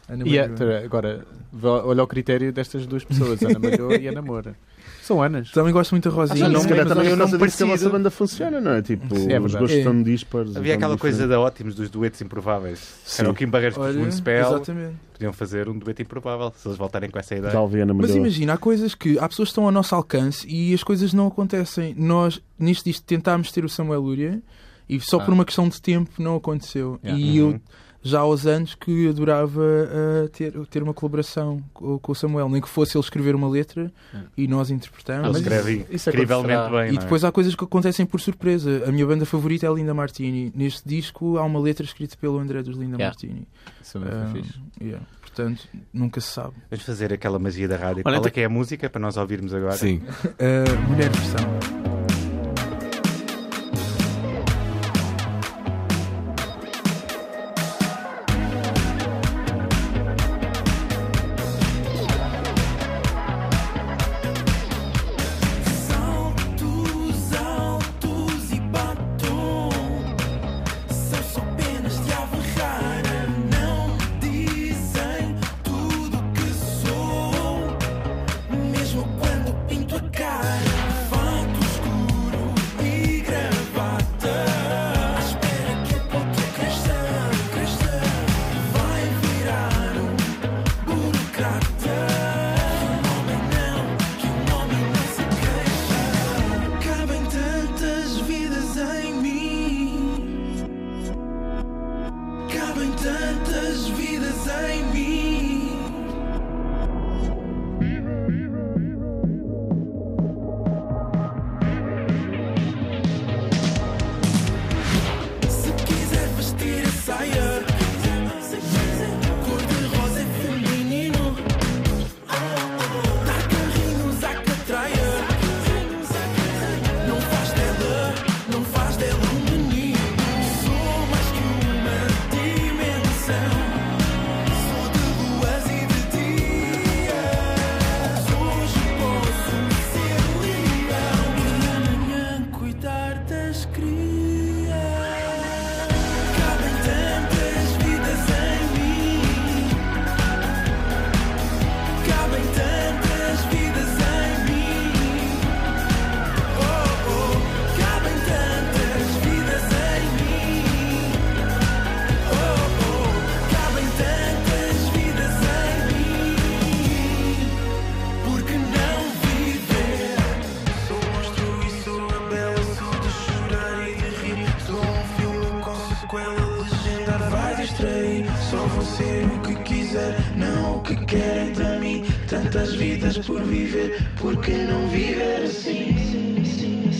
Speaker 6: Ana
Speaker 2: E é-
Speaker 6: Malhoa.
Speaker 2: tra- agora, vá- olha o critério destas duas pessoas, Ana Malhor e Ana Moura. São Anas.
Speaker 6: Também gosto muito da
Speaker 3: Ah,
Speaker 6: Rosinha.
Speaker 3: não, se calhar
Speaker 4: mas
Speaker 3: também
Speaker 4: eu
Speaker 3: eu não
Speaker 4: não
Speaker 3: percebi que a vossa
Speaker 4: preciso.
Speaker 3: banda funciona, não é? Tipo,
Speaker 6: É
Speaker 3: os
Speaker 2: verdade.
Speaker 3: gostos
Speaker 6: É.
Speaker 3: são dispares.
Speaker 4: Havia
Speaker 3: então,
Speaker 4: aquela coisa
Speaker 3: diferentes.
Speaker 4: da Ótimos dos duetos improváveis.
Speaker 3: Sim.
Speaker 4: Era o Kim Barreiros com os
Speaker 6: Olha,
Speaker 4: Moon Spell.
Speaker 6: exatamente.
Speaker 4: Podiam fazer um dueto improvável se eles voltarem com essa ideia.
Speaker 3: Talvez Ana
Speaker 6: Mas
Speaker 3: Malhoa.
Speaker 6: imagina, há coisas que há pessoas que estão ao nosso alcance e as coisas não acontecem. Nós, nisto disto, tentámos ter o Samuel Lúria e só
Speaker 2: Ah.
Speaker 6: por uma questão de tempo não aconteceu.
Speaker 2: Yeah.
Speaker 6: E
Speaker 4: Uhum.
Speaker 6: eu já há uns anos que adorava ah, ter, ter uma colaboração co- com o Samuel, nem que fosse ele escrever uma letra
Speaker 2: Yeah.
Speaker 6: e nós interpretamos.
Speaker 4: Ele
Speaker 2: mas
Speaker 4: escreve
Speaker 2: isso- isso
Speaker 4: incrivelmente
Speaker 2: acontecerá.
Speaker 4: bem.
Speaker 6: E
Speaker 4: não é?
Speaker 6: depois há coisas que acontecem por surpresa. A minha banda favorita é a Linda Martini. Neste disco há uma letra escrita pelo André dos Linda
Speaker 2: Yeah.
Speaker 6: Martini.
Speaker 2: Isso mesmo
Speaker 6: Ah,
Speaker 2: foi fixe.
Speaker 6: yeah. Portanto, nunca se sabe.
Speaker 4: Vamos fazer aquela magia da
Speaker 1: Olha,
Speaker 4: rádio. Qual é
Speaker 1: então-
Speaker 4: que é a música para nós ouvirmos agora?
Speaker 1: Sim.
Speaker 6: Ah, mulher versão.
Speaker 7: Saltos altos e batom São só penas de ave rara Não dizem tudo o que sou Mesmo quando pinto a cara Fato escuro e gravata À espera que a pouco cresça Vai virar um burocrata que um homem não se queixa. Cabem tantas vidas em mim. Cabem tantas vidas em mim. Se quiser vestir a saia, cor de rosa é feminino. Dá carrinhos à catraia. Não faz dela, não faz dela um menino. Sou mais que uma dimensão. um um com ela legenda vai distrair Só vou ser o que quiser, não o que querem de mim Tantas vidas por viver, por que não viver assim?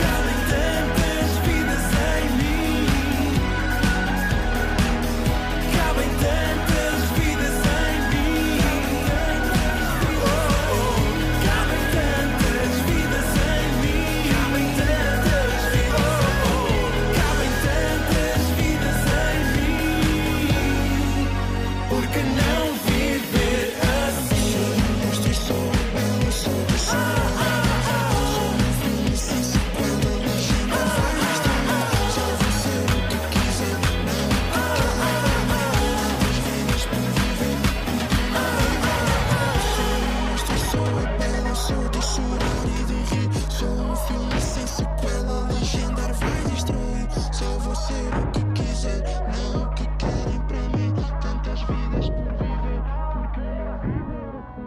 Speaker 7: Cabem tantas vidas em mim. Cabem tantas vidas em mim. Cabem tantas vidas em mim. Cabem tantas vidas em mim. Cabem tantas vidas em mim. Por que não viver assim?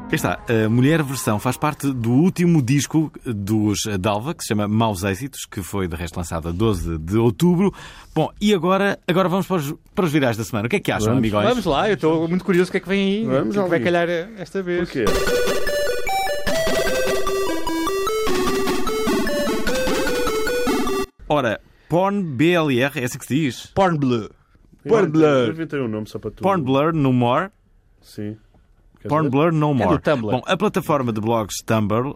Speaker 1: Aqui está, a Mulher Versão faz parte do último disco dos Dalva, que se chama Maus Êxitos, que foi de resto lançado a 12 de outubro. Bom, e agora, agora vamos para os, para os virais da semana. O que é que acham,
Speaker 3: Vamos.
Speaker 1: amigões?
Speaker 4: Vamos lá, eu estou muito curioso o que é que vem aí.
Speaker 3: Vamos
Speaker 4: o que é que vai
Speaker 3: ouvir.
Speaker 4: calhar esta vez.
Speaker 3: Porquê?
Speaker 1: Ora, Porn BLR, é assim que se diz.
Speaker 4: Porn Blue.
Speaker 3: Porn
Speaker 2: Blur.
Speaker 3: Eu inventei um nome só para tu.
Speaker 1: Porn Blur No More.
Speaker 3: Sim. Queres
Speaker 1: Porn
Speaker 3: ver?
Speaker 1: Blur No More.
Speaker 4: É do Tumblr.
Speaker 1: Bom, a plataforma de blogs Tumblr.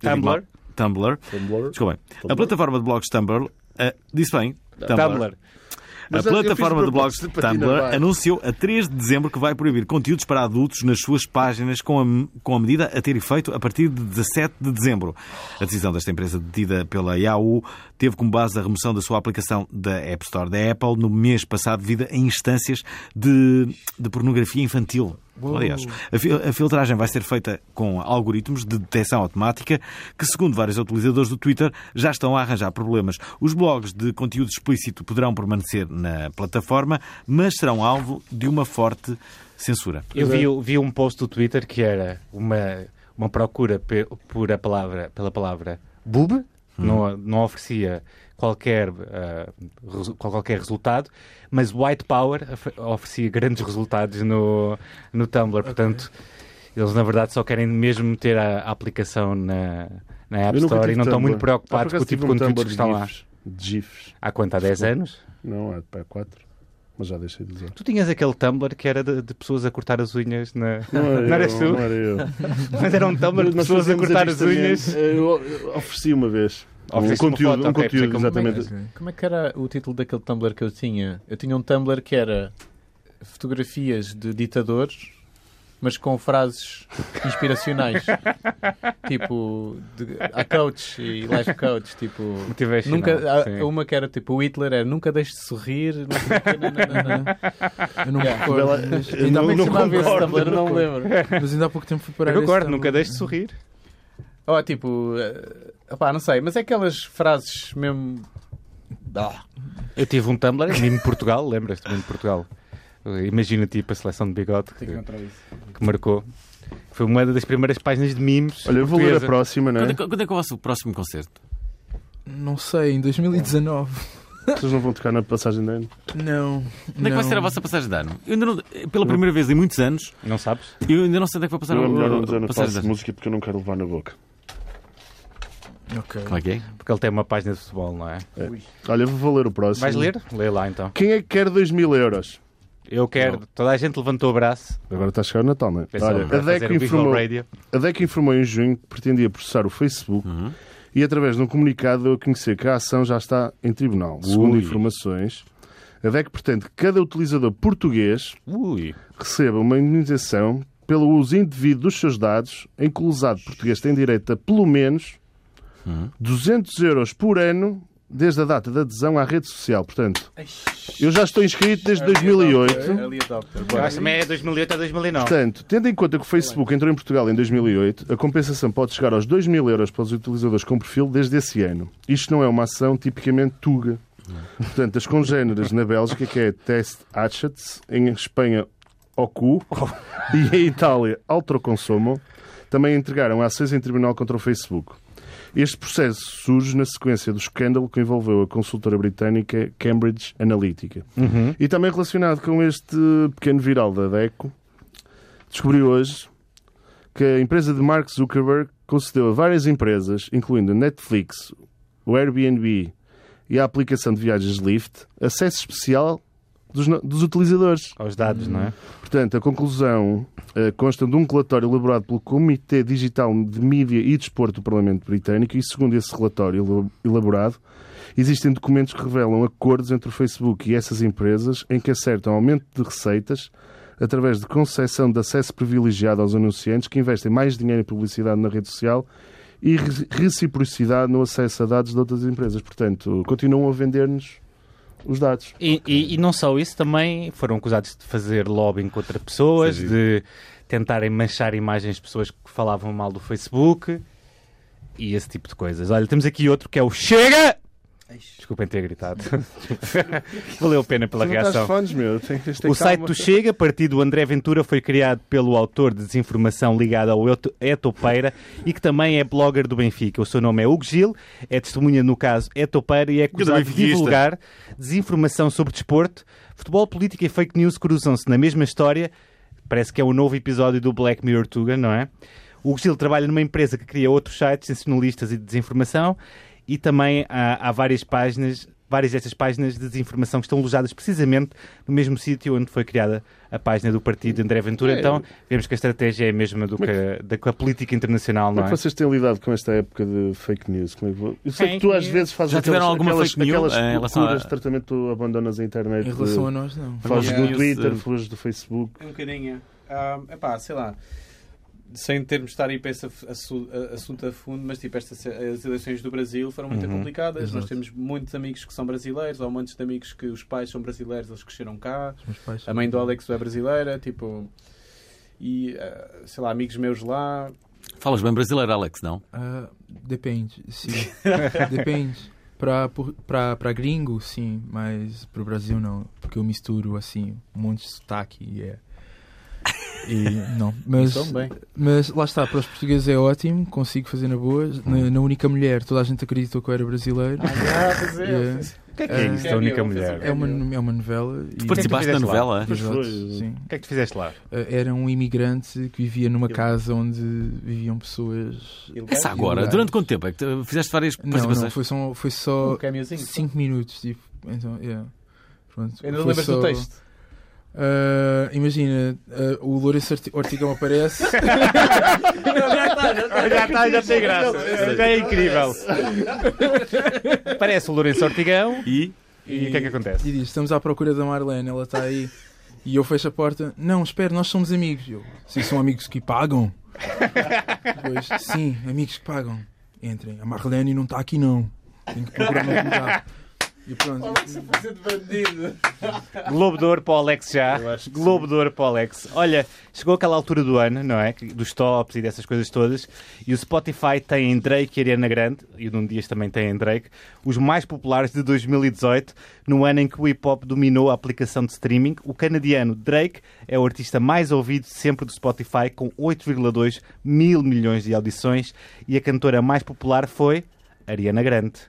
Speaker 1: Tá
Speaker 4: Tumblr.
Speaker 1: Tumblr.
Speaker 3: Porn Blur.
Speaker 1: Desculpem. A plataforma de blogs Tumblr. eh, disse bem.
Speaker 3: Tá
Speaker 4: Tumblr.
Speaker 1: A
Speaker 3: Mas eu fiz
Speaker 1: plataforma
Speaker 3: de
Speaker 1: de blogs
Speaker 3: propósito para ti, não
Speaker 1: Tumblr
Speaker 3: vai.
Speaker 1: anunciou a 3 de dezembro que vai proibir conteúdos para adultos nas suas páginas com a, com a medida a ter efeito a partir de 17 de dezembro. A decisão desta empresa detida pela Yahoo teve como base a remoção da sua aplicação da App Store da Apple no mês passado devido a instâncias de, de pornografia infantil. Aliás, a, fil- a filtragem vai ser feita com algoritmos de detecção automática que, segundo vários utilizadores do Twitter, já estão a arranjar problemas. Os blogs de conteúdo explícito poderão permanecer na plataforma, mas serão alvo de uma forte censura.
Speaker 4: Eu vi, vi um post do Twitter que era uma, uma procura pe- por a palavra, pela palavra boob,
Speaker 3: Uhum.
Speaker 4: não, não oferecia qualquer, ah, resu- qualquer resultado, mas White Power of- oferecia grandes resultados no, no Tumblr. Portanto, eles na verdade só querem mesmo ter a, a aplicação na, na App
Speaker 3: Eu nunca
Speaker 4: Store e
Speaker 3: tive
Speaker 4: não estão
Speaker 3: Tumblr.
Speaker 4: muito preocupados
Speaker 3: Ah,
Speaker 4: com
Speaker 3: por acaso
Speaker 4: o tipo de
Speaker 3: tive um
Speaker 4: conteúdos
Speaker 3: Tumblr
Speaker 4: que estão lá.
Speaker 3: de GIFs. De GIFs.
Speaker 4: Há quanto? Há 10 anos?
Speaker 3: Não, há pá, 4. Mas já deixei de usar.
Speaker 4: Tu tinhas aquele Tumblr que era de, de pessoas a cortar as unhas <laughs> na.
Speaker 3: Não era,
Speaker 4: Não eras
Speaker 3: eu,
Speaker 4: tu?
Speaker 3: Não era eu.
Speaker 4: Mas era um Tumblr de
Speaker 3: Nós
Speaker 4: pessoas a
Speaker 3: fazemos
Speaker 4: cortar as
Speaker 3: avistamento.
Speaker 4: unhas.
Speaker 3: Eu, eu ofereci uma vez. Um
Speaker 4: Ofereceste uma
Speaker 3: conteúdo,
Speaker 4: foto,
Speaker 3: um
Speaker 4: ok,
Speaker 3: conteúdo,
Speaker 4: percebi como-
Speaker 3: exatamente.
Speaker 2: Como é que era o título daquele Tumblr que eu tinha? Eu tinha um Tumblr que era fotografias de ditadores, mas com frases
Speaker 3: <laughs>
Speaker 2: inspiracionais. tipo, de, a coach e life coach. Tipo,
Speaker 4: Motivational,
Speaker 2: nunca, há-
Speaker 4: sim.
Speaker 2: uma que era tipo, o Hitler era nunca deixes de sorrir. Não sei o quê, nananana.
Speaker 6: Eu não me
Speaker 2: Yeah.
Speaker 6: recordo.
Speaker 3: Bela-
Speaker 6: Mas
Speaker 3: eu
Speaker 6: ainda há
Speaker 3: não- não
Speaker 6: pouco
Speaker 2: Como é que se chamava
Speaker 6: tempo-
Speaker 2: esse
Speaker 3: concordo.
Speaker 2: Tumblr? Eu Não me lembro.
Speaker 6: Mas ainda há pouco tempo fui parar
Speaker 4: Eu
Speaker 6: esse
Speaker 4: acordo,
Speaker 6: Tumblr.
Speaker 4: nunca deixes de sorrir.
Speaker 2: Oh, tipo, eh, opá, não sei, mas é aquelas frases mesmo. Ah,
Speaker 4: Eu tive um Tumblr, Mimo Portugal, lembras-te Mimo Portugal? Imagina tipo a seleção de bigode que, que marcou. Foi uma das primeiras páginas de mimos.
Speaker 3: Olha, eu vou ler a
Speaker 4: portuguesa.
Speaker 3: próxima, não
Speaker 1: Quando
Speaker 3: é?
Speaker 1: é, que- quando é que é o vosso próximo concerto?
Speaker 6: Não sei, em 2019.
Speaker 3: Vocês não vão tocar na passagem de ano.
Speaker 6: Não.
Speaker 1: Quando é que vai ser a vossa passagem de ano? Eu ainda não, pela primeira vez em muitos anos,
Speaker 4: Não sabes?
Speaker 1: eu ainda não sei onde é que vai passar
Speaker 3: Não é
Speaker 1: o-
Speaker 3: melhor
Speaker 1: o-
Speaker 3: não dizer
Speaker 1: a
Speaker 3: na
Speaker 1: passagem de
Speaker 3: passo de
Speaker 1: ano.
Speaker 3: música porque eu não quero levar na boca.
Speaker 6: Ok.
Speaker 1: Como é que é?
Speaker 4: Porque ele tem uma página de futebol, não é?
Speaker 3: Olha, eu vou ler o próximo.
Speaker 4: Vais ler? Lê lá então.
Speaker 3: Quem é que quer 2 mil euros?
Speaker 4: Eu quero. Toda a gente levantou o braço.
Speaker 3: Agora está a chegar o Natal, não é?
Speaker 4: Pensava
Speaker 3: Olha,
Speaker 4: para
Speaker 3: a
Speaker 4: fazer
Speaker 3: DECO,
Speaker 4: o Visual
Speaker 3: informou,
Speaker 4: Radio.
Speaker 3: a DECO informou em junho que pretendia processar o Facebook
Speaker 4: Uhum.
Speaker 3: e, através de um comunicado, deu a conhecer que a ação já está em tribunal. Segundo informações, a DECO pretende que cada utilizador português
Speaker 4: Ui.
Speaker 3: receba uma indenização pelo uso indevido dos seus dados, em que o usado português tem direito a pelo menos 200 euros por ano desde a data de adesão à rede social. Portanto, eu já estou inscrito desde 2008.
Speaker 2: Ali adopter.
Speaker 4: Eu
Speaker 2: Bora.
Speaker 4: acho que também é 2008 a 2009.
Speaker 3: Portanto, tendo em conta que o Facebook entrou em Portugal em 2008, a compensação pode chegar aos 2 mil euros para os utilizadores com perfil desde esse ano. Isto não é uma ação tipicamente tuga. Portanto, as congêneras na Bélgica, que é Test Hatchets, em Espanha, OCU, e em Itália, Altroconsumo, também entregaram ações em tribunal contra o Facebook. Este processo surge na sequência do escândalo que envolveu a consultora britânica Cambridge Analytica. E também relacionado com este pequeno viral da DECO, descobri hoje que a empresa de Mark Zuckerberg concedeu a várias empresas, incluindo a Netflix, o Airbnb e a aplicação de viagens Lyft, acesso especial dos, no- dos utilizadores.
Speaker 4: Aos dados, não é?
Speaker 3: Portanto, a conclusão eh, consta de um relatório elaborado pelo Comitê Digital de Mídia e Desporto do Parlamento Britânico e, segundo esse relatório elo- elaborado, existem documentos que revelam acordos entre o Facebook e essas empresas em que acertam aumento de receitas através de concessão de acesso privilegiado aos anunciantes que investem mais dinheiro em publicidade na rede social e re- reciprocidade no acesso a dados de outras empresas. Portanto, continuam a vender-nos os dados.
Speaker 4: E, e- e não só isso, também foram acusados de fazer lobbying contra pessoas, de tentarem manchar imagens de pessoas que falavam mal do Facebook e esse tipo de coisas. Olha, temos aqui outro que é o Chega! Desculpem ter gritado. <laughs> Valeu a pena pela
Speaker 3: Tu não estás
Speaker 4: reação.
Speaker 3: fones, meu. Tens- tens de ter
Speaker 4: O site
Speaker 3: calma.
Speaker 4: do Chega, partido do André Ventura, foi criado pelo autor de desinformação ligado ao Eto- Etopeira e que também é blogger do Benfica. O seu nome é Hugo Gil, é testemunha no caso Etopeira e é acusado de
Speaker 1: benfiquista.
Speaker 4: divulgar desinformação sobre desporto. Futebol, política e fake news cruzam-se na mesma história. Parece que é um novo episódio do Black Mirror Tuga, não é? O Gil trabalha numa empresa que cria outros sites sensacionalistas e de desinformação e também há, há várias páginas, várias destas páginas de desinformação que estão alojadas precisamente no mesmo sítio onde foi criada a página do partido de André Ventura. Então vemos que a estratégia é a mesma do que, a- da que a política internacional,
Speaker 3: Como
Speaker 4: não
Speaker 3: é
Speaker 4: é?
Speaker 3: que vocês têm lidado com esta época de fake news? Como é que vo- Eu sei que
Speaker 4: Fake
Speaker 3: tu às
Speaker 4: news.
Speaker 3: vezes fazes
Speaker 1: Já tiveram
Speaker 3: aquelas,
Speaker 1: alguma
Speaker 3: aquelas,
Speaker 1: fake news
Speaker 3: aquelas
Speaker 1: em relação
Speaker 3: loucuras
Speaker 1: a-
Speaker 3: de tratamento que tu abandonas a internet.
Speaker 6: Em relação a nós, não.
Speaker 3: Foges do
Speaker 2: Yeah.
Speaker 3: Twitter,
Speaker 1: Eh,
Speaker 3: foges do Facebook.
Speaker 2: Um bocadinho. Ah, epá, sei lá. Sem termos de estar aí para esse assu- a- assunto a fundo, mas tipo, estas as eleições do Brasil foram muito
Speaker 4: Uhum,
Speaker 2: complicadas. Nós
Speaker 6: exato.
Speaker 2: temos muitos amigos que são brasileiros, ou muitos de amigos que os pais são brasileiros, eles cresceram cá.
Speaker 6: Os meus pais.
Speaker 2: A mãe do Alex é brasileira, tipo. E ah, sei lá, amigos meus lá.
Speaker 1: Falas bem brasileiro, Alex, não?
Speaker 6: Ah, depende, sim. depende. Pra, por- pra, pra gringo, sim, mas pro Brasil não. Porque eu misturo, assim, um monte de sotaque e é. E não. Mas,
Speaker 2: Estão Então, bem.
Speaker 6: mas lá está, para os portugueses é ótimo, consigo fazer na boa. Na, na única mulher, toda a gente acreditou que eu era brasileiro.
Speaker 2: Ah, pois é.
Speaker 6: Yeah.
Speaker 4: O que é que é
Speaker 6: Ah,
Speaker 4: isso da única
Speaker 2: é,
Speaker 4: mulher?
Speaker 6: É uma, é uma novela. e-
Speaker 1: Participaste da
Speaker 4: fizeste lá?
Speaker 1: novela?
Speaker 3: Pois
Speaker 6: Exato,
Speaker 3: foi.
Speaker 6: sim.
Speaker 4: O que é que tu fizeste lá?
Speaker 6: Ah, Era um imigrante que vivia numa casa onde viviam pessoas.
Speaker 2: Ele
Speaker 1: Essa
Speaker 2: vai-
Speaker 1: agora, durante quanto tempo? É que tu- fizeste várias
Speaker 6: Não, não,
Speaker 1: participações?
Speaker 6: foi só, foi
Speaker 2: Um
Speaker 6: só
Speaker 2: cameozinho.
Speaker 6: 5 minutos, tipo, então, yeah. Pronto,
Speaker 2: Ainda
Speaker 6: foi
Speaker 2: não lembras
Speaker 6: só-
Speaker 2: do texto?
Speaker 6: Ah, imagina, ah, o Lourenço Arti- Ortigão aparece.
Speaker 4: Já está, já tem graça. Já é incrível. Parece o Lourenço Ortigão
Speaker 1: E
Speaker 4: <laughs> e o que é que acontece?
Speaker 6: E diz: Estamos à procura da Marlene, ela está aí. E eu fecho a porta: Não, espera, nós somos amigos. E Eu, Vocês são amigos que pagam? Depois, sim, amigos que pagam. Entrem, a Marlene não está aqui, não. Tenho que procurar no lugar. E pronto.
Speaker 4: Globo de Ouro para o Alex já. Globo de Ouro para o Alex. Olha, chegou aquela altura do ano, não é? Que- Dos tops e dessas coisas todas. E o Spotify tem em Drake e Ariana Grande, e o Num Dias também tem em Drake, os mais populares de 2018, no ano em que o hip hop dominou a aplicação de streaming. O canadiano Drake é o artista mais ouvido sempre do Spotify, com 8,2 mil milhões de audições. E a cantora mais popular foi Ariana Grande.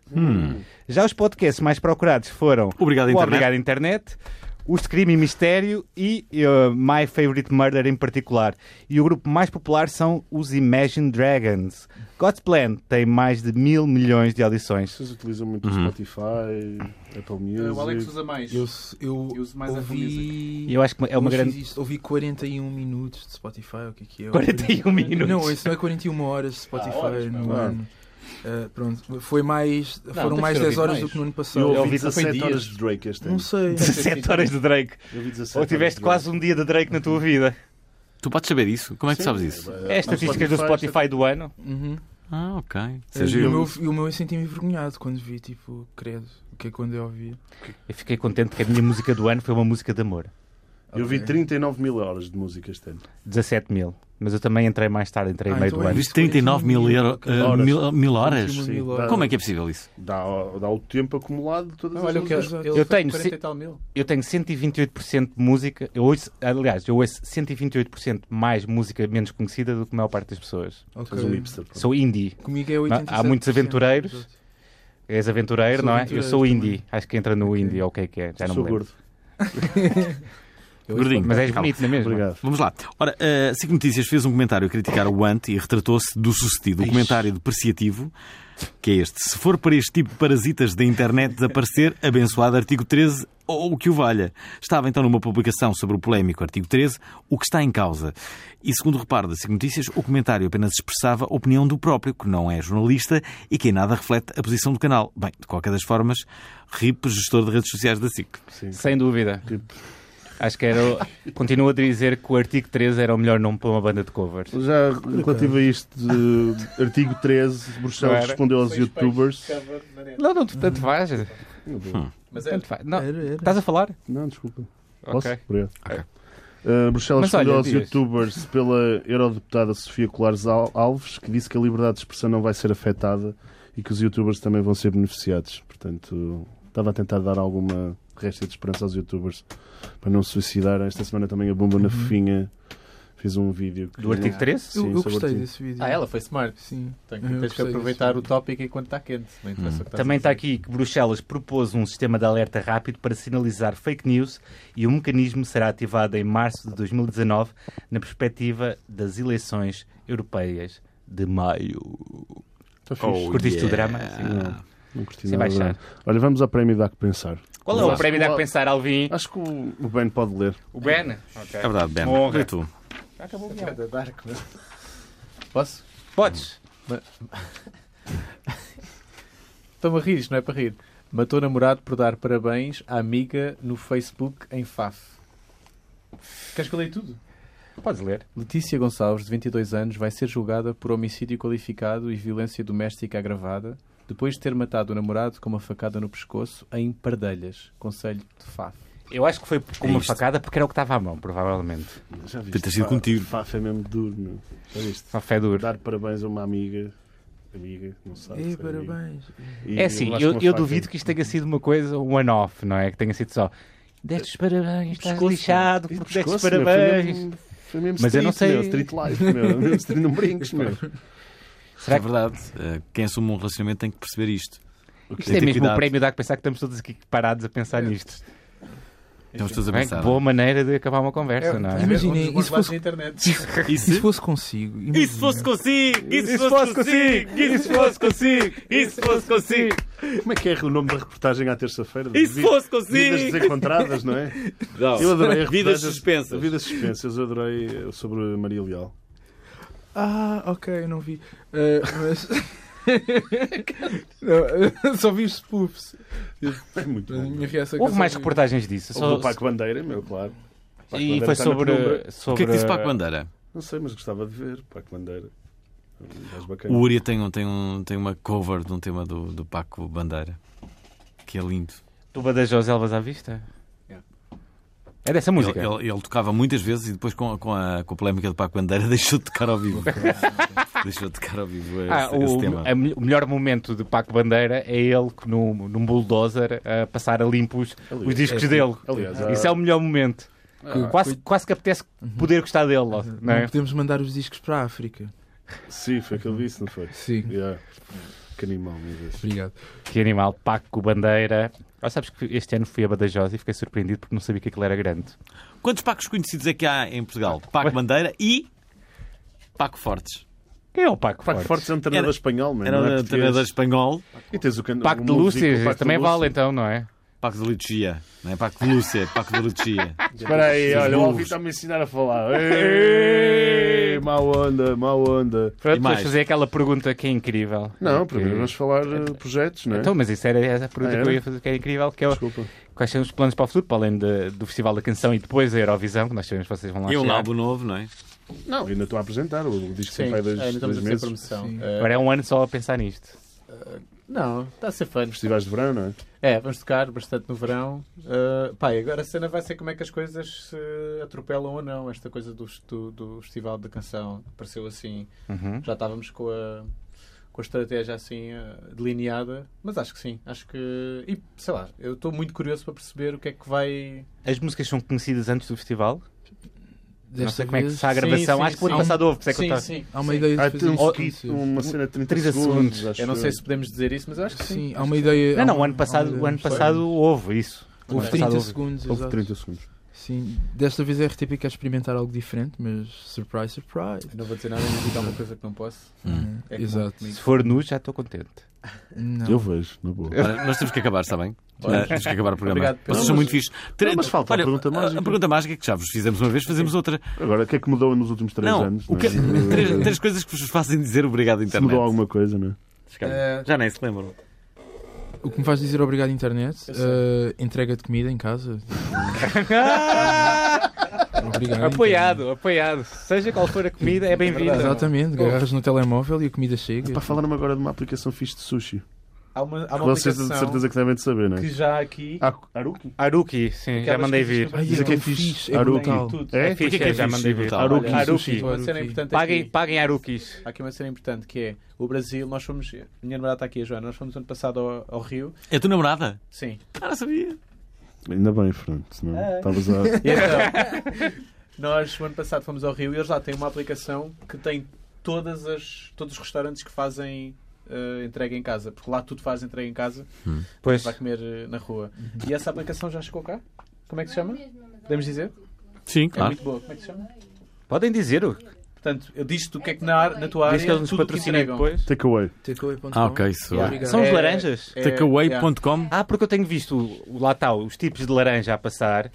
Speaker 4: Já os podcasts mais procurados foram
Speaker 1: Obrigado,
Speaker 4: o
Speaker 1: Internet.
Speaker 4: Obrigado Internet, os de Crime e Mistério e uh, My Favorite Murder em particular. E o grupo mais popular são os Imagine Dragons. God's Plan tem mais de mil milhões de audições.
Speaker 3: Vocês utilizam muito o Spotify, Apple
Speaker 2: Ah, O Alex
Speaker 3: Music.
Speaker 2: usa mais.
Speaker 6: Eu, eu,
Speaker 2: Eu uso mais Apple
Speaker 6: ouvi.
Speaker 4: E eu acho que é uma
Speaker 6: Mas
Speaker 4: <laughs> grande...
Speaker 6: existe- ouvi 41 minutos de Spotify, o que é que é?
Speaker 4: 41 minutos.
Speaker 6: Não, isso não é 41
Speaker 2: Ah,
Speaker 6: horas de Spotify no
Speaker 3: pá.
Speaker 6: ano. Ah, pronto, foi mais, foram
Speaker 2: tem que
Speaker 6: mais
Speaker 2: ser
Speaker 6: 10 horas
Speaker 2: mais.
Speaker 6: do que no ano
Speaker 3: Eu
Speaker 6: passado.
Speaker 3: ouvi
Speaker 4: ouvi só foi
Speaker 3: 17
Speaker 4: dias.
Speaker 3: horas de Drake este ano.
Speaker 6: Não sei.
Speaker 4: 17 horas de Drake.
Speaker 3: Eu ouvi 17
Speaker 4: Ou tiveste
Speaker 3: horas de
Speaker 4: quase um dia de Drake na tua vida.
Speaker 1: tu podes saber isso? Como é que tu sabes isso?
Speaker 3: Drake.
Speaker 4: É as estatísticas do
Speaker 3: Spotify,
Speaker 4: Spotify do ano.
Speaker 6: Uhum.
Speaker 1: Ah, ok.
Speaker 6: Eh,
Speaker 1: Seja
Speaker 6: e, o
Speaker 1: eu.
Speaker 6: meu, e o meu eu senti-me envergonhado quando vi, tipo, credo, o que é quando eu ouvi.
Speaker 4: Eu fiquei contente que a minha música do ano foi uma música de amor.
Speaker 3: Eu vi
Speaker 6: Ok.
Speaker 3: 39 mil horas de música este ano.
Speaker 4: 17 mil. Mas eu também entrei mais tarde, entrei
Speaker 6: Ah,
Speaker 4: meio
Speaker 6: então
Speaker 4: do ano.
Speaker 6: é isso.
Speaker 1: Viste 39 mil, euro,
Speaker 6: Ok.
Speaker 1: eh,
Speaker 3: Horas.
Speaker 1: mil, mil horas?
Speaker 6: 21
Speaker 3: Sim,
Speaker 6: mil
Speaker 3: dá-
Speaker 6: horas.
Speaker 1: Como é que é possível isso?
Speaker 3: Dá, dá o tempo acumulado de todas
Speaker 2: Não,
Speaker 3: as
Speaker 2: olha o que
Speaker 3: músicas.
Speaker 2: ele,
Speaker 6: Eu
Speaker 2: ele
Speaker 4: tenho,
Speaker 2: tem 40
Speaker 4: sim.
Speaker 2: e tal mil.
Speaker 4: Eu tenho 128% de música. Eu ouço, aliás, eu ouço 128% mais música menos conhecida do que a maior parte das pessoas.
Speaker 6: Ok.
Speaker 3: Faz um hipster. pá.
Speaker 4: Sou indie.
Speaker 6: Comigo é 87%.
Speaker 4: Há muitos aventureiros.
Speaker 6: Exato.
Speaker 4: És aventureiro,
Speaker 6: Sou
Speaker 4: não é? Eu
Speaker 6: aventureiro
Speaker 4: sou indie.
Speaker 6: também.
Speaker 4: Acho que entra no indie, ou o que é que é? Já não
Speaker 3: Sou
Speaker 4: me lembro.
Speaker 3: gordo.
Speaker 6: Eu
Speaker 1: Gordinho.
Speaker 4: Mas és
Speaker 1: Calma.
Speaker 4: bonito, não é mesmo?
Speaker 3: Obrigado.
Speaker 1: Vamos lá. Ora, a SIC Notícias fez um comentário a criticar o Ant e retratou-se do sucedido. O comentário depreciativo, que é este. Se for para este tipo de parasitas da internet desaparecer, <laughs> abençoado artigo 13 ou o que o valha. Estava então numa publicação sobre o polémico artigo 13, o que está em causa. E segundo o reparo da SIC Notícias, o comentário apenas expressava a opinião do próprio, que não é jornalista e que em nada reflete a posição do canal. Bem, de qualquer das formas, RIP, gestor de redes sociais da SIC.
Speaker 3: Sim.
Speaker 4: Sem dúvida.
Speaker 3: Tipo,
Speaker 4: Acho que era. o- Continuo a dizer que o artigo 13 era o melhor nome para uma banda de covers.
Speaker 3: já relativo a isto, de artigo 13, Bruxelas
Speaker 4: Era.
Speaker 3: respondeu aos youtubers.
Speaker 4: Não, não, tu tanto faz.
Speaker 2: Mas é,
Speaker 4: Hum. Tanto faz. Não,
Speaker 6: Era, era.
Speaker 4: estás a falar?
Speaker 3: Não, desculpa. Posso?
Speaker 4: Ok.
Speaker 3: Obrigado.
Speaker 4: Ok.
Speaker 3: Uh, Bruxelas
Speaker 4: Mas olha,
Speaker 3: respondeu aos
Speaker 4: diz.
Speaker 3: youtubers pela eurodeputada Sofia Colares Al- Alves, que disse que a liberdade de expressão não vai ser afetada e que os youtubers também vão ser beneficiados. Portanto, estava a tentar dar alguma resta de esperança aos youtubers para não se suicidar. Esta semana também a Bomba na Fofinha fez um vídeo. que-
Speaker 4: Uhum. Do artigo 13?
Speaker 6: Eu,
Speaker 3: Sim,
Speaker 6: eu
Speaker 3: sobre
Speaker 6: gostei
Speaker 3: ti.
Speaker 6: desse vídeo.
Speaker 2: Ah, ela foi smart.
Speaker 6: Sim.
Speaker 2: Tem
Speaker 6: Eu
Speaker 2: que, tens que
Speaker 6: gostei
Speaker 2: aproveitar
Speaker 6: disso.
Speaker 2: o tópico enquanto está quente. Não interessa o que assim. estás a
Speaker 4: Também tá está
Speaker 2: dizer.
Speaker 4: aqui que Bruxelas propôs um sistema de alerta rápido para sinalizar fake news e o mecanismo será ativado em março de 2019 na perspectiva das eleições europeias de maio.
Speaker 3: Está Tá
Speaker 5: Oh,
Speaker 3: fixe.
Speaker 4: Curtiste o drama? Oh. Sim.
Speaker 3: Não, não curti
Speaker 4: Sem
Speaker 3: nada.
Speaker 4: baixar.
Speaker 3: Olha, vamos ao prémio Dá que Pensar.
Speaker 4: Qual é
Speaker 3: Mas
Speaker 4: o
Speaker 3: acho
Speaker 4: prémio
Speaker 3: que
Speaker 4: da
Speaker 3: o-
Speaker 4: que pensar, Alvin? Ah,
Speaker 3: Acho que o o Ben pode ler.
Speaker 4: O Ben?
Speaker 1: É verdade, Ben.
Speaker 4: Honra.
Speaker 1: E tu?
Speaker 2: Cada Dark, mas- Posso?
Speaker 4: Podes.
Speaker 2: Estão a rir, isto não é para rir. Matou namorado por dar parabéns à amiga no Facebook em Faf. Queres que eu leia tudo?
Speaker 4: Podes ler.
Speaker 2: Letícia Gonçalves, de 22 anos, vai ser julgada por homicídio qualificado e violência doméstica agravada depois de ter matado o namorado com uma facada no pescoço em Pardelhas, Conselho de Faf.
Speaker 4: Eu acho que foi com
Speaker 1: É
Speaker 4: uma
Speaker 1: isto.
Speaker 4: facada porque era o que estava à mão, provavelmente.
Speaker 3: Já viste?
Speaker 1: Deve ter sido
Speaker 3: Fa-
Speaker 1: contigo.
Speaker 3: Faf é mesmo duro, meu. Já viste?
Speaker 4: Só fé duro.
Speaker 3: dar parabéns a uma amiga. Amiga, não sabe.
Speaker 6: Ei,
Speaker 3: se foi amiga.
Speaker 6: parabéns.
Speaker 3: E
Speaker 4: É assim,
Speaker 3: lá
Speaker 4: eu,
Speaker 3: com a
Speaker 4: eu
Speaker 3: faca.
Speaker 4: duvido que isto tenha sido uma coisa, um one-off, não é? Que tenha sido só. Destes parabéns, estás
Speaker 3: Pescoço.
Speaker 4: lixado,
Speaker 3: E
Speaker 4: porque destes
Speaker 3: pescoço, meu,
Speaker 4: parabéns.
Speaker 3: foi mesmo- Foi mesmo
Speaker 4: Mas eu não
Speaker 3: street,
Speaker 4: sei-
Speaker 3: Meu, street life, meu. Mesmo street, não brinques, meu.
Speaker 4: Será
Speaker 1: É verdade. Eh, Quem assume um relacionamento tem que perceber isto.
Speaker 4: Isto
Speaker 1: Tem
Speaker 4: é
Speaker 1: que ter
Speaker 4: mesmo o
Speaker 1: cuidado.
Speaker 4: prémio dá que pensar que estamos todos aqui parados a pensar nisto.
Speaker 1: Estamos todos a
Speaker 4: Bem, é que
Speaker 1: pensar.
Speaker 4: boa maneira de acabar uma conversa, não é?
Speaker 6: Imagina, e se fosse-
Speaker 2: na internet.
Speaker 1: E
Speaker 6: E se
Speaker 1: se
Speaker 6: fosse consigo?
Speaker 1: e se fosse consigo? E se fosse consigo? E se fosse consigo? E se fosse consigo?
Speaker 3: Como é que é o nome da reportagem à terça-feira?
Speaker 1: E se
Speaker 3: Vi-
Speaker 1: fosse
Speaker 3: Vidas
Speaker 1: consigo?
Speaker 3: desencontradas, não é?
Speaker 1: Não.
Speaker 3: Eu <laughs> adorei a
Speaker 1: Vidas
Speaker 3: reportagem-
Speaker 1: suspensas.
Speaker 3: Vidas suspensas, eu adorei eh, sobre a Maria Leal.
Speaker 6: Ah, ok, eu não vi. Eh, mas. <laughs> Não, só vi os spoofs.
Speaker 3: É muito
Speaker 6: A minha
Speaker 3: bom.
Speaker 6: reação é que eu
Speaker 4: Houve
Speaker 6: só
Speaker 4: mais
Speaker 6: vi.
Speaker 4: reportagens disso.
Speaker 3: Só... O
Speaker 4: Só...
Speaker 3: Paco Bandeira, meu, claro. O Paco
Speaker 4: E
Speaker 3: Bandeira
Speaker 4: foi
Speaker 3: está na penumbra.
Speaker 4: sobre.
Speaker 1: O
Speaker 4: sobre...
Speaker 1: que é que disse Paco Bandeira?
Speaker 3: Não sei, mas gostava de ver. Paco Bandeira. É um gajo bacana.
Speaker 1: O Uria tem, um, tem, um, tem uma cover de um tema do, do Paco Bandeira. Que é lindo.
Speaker 4: Tu Badajoz Elvas à Vista?
Speaker 2: Yeah.
Speaker 4: É dessa
Speaker 1: Ele,
Speaker 4: música.
Speaker 1: ele- ele tocava muitas vezes e depois, com, a- com, a, com a polémica do Paco Bandeira, <laughs> deixou de tocar ao
Speaker 4: <laughs>
Speaker 1: vivo. deixou de tocar ao vivo esse,
Speaker 4: Ah,
Speaker 1: esse
Speaker 4: o,
Speaker 1: tema.
Speaker 4: a mel- o melhor momento de Paco Bandeira é ele que num, num bulldozer a passar a limpos os
Speaker 3: é
Speaker 4: discos
Speaker 3: assim.
Speaker 4: dele.
Speaker 3: Aliás,
Speaker 4: Isso é o melhor momento.
Speaker 3: Ah,
Speaker 4: Quase, quase que apetece poder gostar dele,
Speaker 3: Uhum.
Speaker 4: não
Speaker 6: Não
Speaker 4: é?
Speaker 6: podemos mandar os discos para a África.
Speaker 3: Sim, foi o que ele disse, não foi?
Speaker 6: Sim.
Speaker 3: Yeah. Que animal, meu Deus.
Speaker 6: Obrigado.
Speaker 4: Que animal, Paco Bandeira. Ah, sabes que este ano fui a Badajoz e fiquei surpreendido porque não sabia que aquilo era grande.
Speaker 1: Quantos Pacos conhecidos é que há em Portugal? Paco Bandeira e Paco Fortes.
Speaker 4: Quem é o Paco?
Speaker 3: Paco
Speaker 4: Fortes?
Speaker 3: Fortes é um treinador
Speaker 1: Era-
Speaker 3: espanhol, mano.
Speaker 1: Era
Speaker 3: não é
Speaker 1: um
Speaker 3: português.
Speaker 1: treinador espanhol.
Speaker 3: E tens o can...
Speaker 4: Paco
Speaker 3: o
Speaker 4: de
Speaker 3: músico,
Speaker 4: Lúcias,
Speaker 3: o Paco de
Speaker 4: também
Speaker 3: Lúcias.
Speaker 4: vale então, não é?
Speaker 1: Paco de Lucia. Não é? Paco de Lúcia. Paco de <laughs> Lucia.
Speaker 3: Espera aí, olha, o
Speaker 1: burros.
Speaker 3: Alvin está-me a ensinar a falar. Ei, Má onda, má onda.
Speaker 4: Pronto,
Speaker 1: mais?
Speaker 4: vais fazer aquela pergunta que é incrível.
Speaker 3: Não,
Speaker 4: É
Speaker 3: primeiro
Speaker 4: que-
Speaker 3: vamos falar de projetos, não é?
Speaker 4: Então, mas isso era essa a pergunta
Speaker 3: Ah, era?
Speaker 4: que eu ia fazer, que é incrível, que é o-
Speaker 3: Desculpa.
Speaker 4: quais são os planos para o futuro, para além de- do Festival da Canção e depois a Eurovisão, que nós sabemos que vocês vão lá
Speaker 1: E um
Speaker 4: chegar.
Speaker 1: álbum novo, não é?
Speaker 3: Não, ainda estou a apresentar o disco
Speaker 2: Sim,
Speaker 3: que vai dois,
Speaker 2: ainda
Speaker 3: dois
Speaker 2: estamos a fazer
Speaker 3: meses.
Speaker 2: promoção.
Speaker 6: Sim.
Speaker 2: Eh,
Speaker 4: Agora é um ano só a pensar nisto.
Speaker 2: Não, está a ser fã.
Speaker 3: Festivais de verão, não é?
Speaker 2: É, vamos tocar bastante no verão. Uh, pá, e agora a cena vai ser como é que as coisas se atropelam ou não. Esta coisa do, do, do Festival da Canção apareceu assim.
Speaker 4: Uhum.
Speaker 2: Já estávamos com a, com a estratégia assim uh, delineada, mas acho que sim. Acho que. E sei lá, eu estou muito curioso para perceber o que é que vai.
Speaker 4: As músicas são conhecidas antes do festival? não
Speaker 6: Desta
Speaker 4: sei como é que
Speaker 6: vez,
Speaker 4: está a gravação.
Speaker 2: sim,
Speaker 4: Acho que o ano
Speaker 6: sim.
Speaker 4: passado houve, por isso é que eu
Speaker 2: Sim,
Speaker 4: estava-
Speaker 2: sim.
Speaker 6: Há uma
Speaker 2: sim.
Speaker 6: ideia
Speaker 3: Há
Speaker 6: de
Speaker 3: até
Speaker 6: fazer
Speaker 3: um
Speaker 6: isso.
Speaker 3: skit, uma cena de 30,
Speaker 4: 30
Speaker 3: segundos.
Speaker 4: segundos.
Speaker 3: acho
Speaker 2: Eu não
Speaker 3: eu.
Speaker 2: sei se podemos dizer isso, mas eu acho que sim.
Speaker 6: Sim, há uma ideia.
Speaker 4: Não,
Speaker 6: há
Speaker 4: não, o
Speaker 6: uma-
Speaker 4: ano
Speaker 6: há
Speaker 4: passado,
Speaker 6: uma
Speaker 4: o ano
Speaker 6: ideia.
Speaker 4: passado houve isso. O ano
Speaker 6: Houve
Speaker 4: passado
Speaker 6: 30
Speaker 4: houve.
Speaker 6: segundos,
Speaker 3: Houve
Speaker 6: exato.
Speaker 3: 30 segundos.
Speaker 6: Sim, desta vez é a RTP quer experimentar algo diferente, mas surprise, surprise.
Speaker 2: Eu Não vou dizer nada, mas digo alguma coisa que não posso.
Speaker 1: Hum.
Speaker 2: É que
Speaker 6: Exato.
Speaker 4: Se for nu, já estou contente.
Speaker 6: Não.
Speaker 3: Eu vejo, na boa.
Speaker 1: Ora, nós temos que acabar, está bem? Ah, temos que acabar o programa.
Speaker 2: Obrigado, Pedro.
Speaker 1: Vocês são muito fixos. Tre-
Speaker 3: Não, mas falta a
Speaker 1: Olha,
Speaker 3: pergunta mágica.
Speaker 1: A pergunta mágica é que já vos fizemos uma vez, fazemos outra.
Speaker 3: <laughs> Agora, o que é que mudou nos últimos 3
Speaker 1: não,
Speaker 3: anos?
Speaker 1: o que-
Speaker 3: não
Speaker 1: <laughs>
Speaker 3: é?
Speaker 1: três, três coisas que vos fazem dizer obrigado à
Speaker 3: Se
Speaker 1: internet.
Speaker 3: mudou alguma coisa, não é?
Speaker 2: Eh,
Speaker 1: Já nem se lembram.
Speaker 6: O que me faz dizer obrigado, internet,
Speaker 2: Eu sei.
Speaker 6: eh, entrega de comida em casa.
Speaker 2: <laughs>
Speaker 6: obrigado.
Speaker 4: apoiado, apoiado. Seja qual for a comida, é bem-vinda.
Speaker 6: internet. Exatamente, agarras no telemóvel e a comida chega.
Speaker 3: Para falar-me agora de uma aplicação fixe de sushi.
Speaker 2: Há uma, há
Speaker 3: Que
Speaker 2: É uma
Speaker 3: vocês de
Speaker 2: aplicação
Speaker 3: certeza que devem de saber, não
Speaker 2: que
Speaker 3: é?
Speaker 2: já aqui.
Speaker 3: Aruki?
Speaker 4: Aruki, sim, já
Speaker 2: Aquelas
Speaker 4: mandei
Speaker 2: coisas
Speaker 4: vir.
Speaker 2: que-
Speaker 6: Ai,
Speaker 3: Diz
Speaker 6: é
Speaker 3: aqui é
Speaker 6: tão
Speaker 3: fixe.
Speaker 6: fixe, é
Speaker 3: Aruki.
Speaker 6: brutal.
Speaker 2: Tudo.
Speaker 3: É?
Speaker 4: É fixe,
Speaker 1: que é
Speaker 4: já
Speaker 1: fixe,
Speaker 4: mandei
Speaker 1: é
Speaker 4: vir.
Speaker 1: brutal.
Speaker 3: Aruki
Speaker 4: Olha,
Speaker 3: Sushi.
Speaker 2: Uma cena
Speaker 6: Aruki.
Speaker 2: importante aqui.
Speaker 4: Paguem, paguem Arukis.
Speaker 2: Há aqui uma cena importante que é o Brasil. Nós fomos. Minha namorada está aqui, a Joana. Nós fomos ano passado ao, ao Rio.
Speaker 1: É a tua namorada?
Speaker 2: Sim.
Speaker 1: Ah, não sabia.
Speaker 2: É
Speaker 3: Ainda bem, Fernando, senão estavas
Speaker 2: <laughs>
Speaker 3: a...
Speaker 2: E então, <laughs> nós, o ano passado, fomos ao Rio e eles lá têm uma aplicação que tem todas as, todos os restaurantes que fazem eh, entrega em casa. Porque lá tudo faz entrega em casa.
Speaker 4: Pois.
Speaker 2: Vai comer eh, na rua. E essa aplicação já chegou cá? Como é que se chama? Podemos dizer?
Speaker 1: Sim,
Speaker 2: É
Speaker 1: claro.
Speaker 2: muito boa. Como é que se chama?
Speaker 4: Podem dizer o
Speaker 2: Portanto, eu diz-te o que é que na, ar- na tua área.
Speaker 4: Diz que eles nos
Speaker 2: tudo o
Speaker 4: patrocinam
Speaker 2: entregam.
Speaker 4: depois.
Speaker 3: Takeaway.
Speaker 6: Takeaway.com.
Speaker 1: Ah, ok, isso.
Speaker 2: Yeah.
Speaker 6: Obrigado.
Speaker 4: São os
Speaker 2: É-
Speaker 4: laranjas?
Speaker 2: é-
Speaker 1: Takeaway.com.
Speaker 4: Ah, porque eu tenho visto o- lá está, os tipos de laranja a passar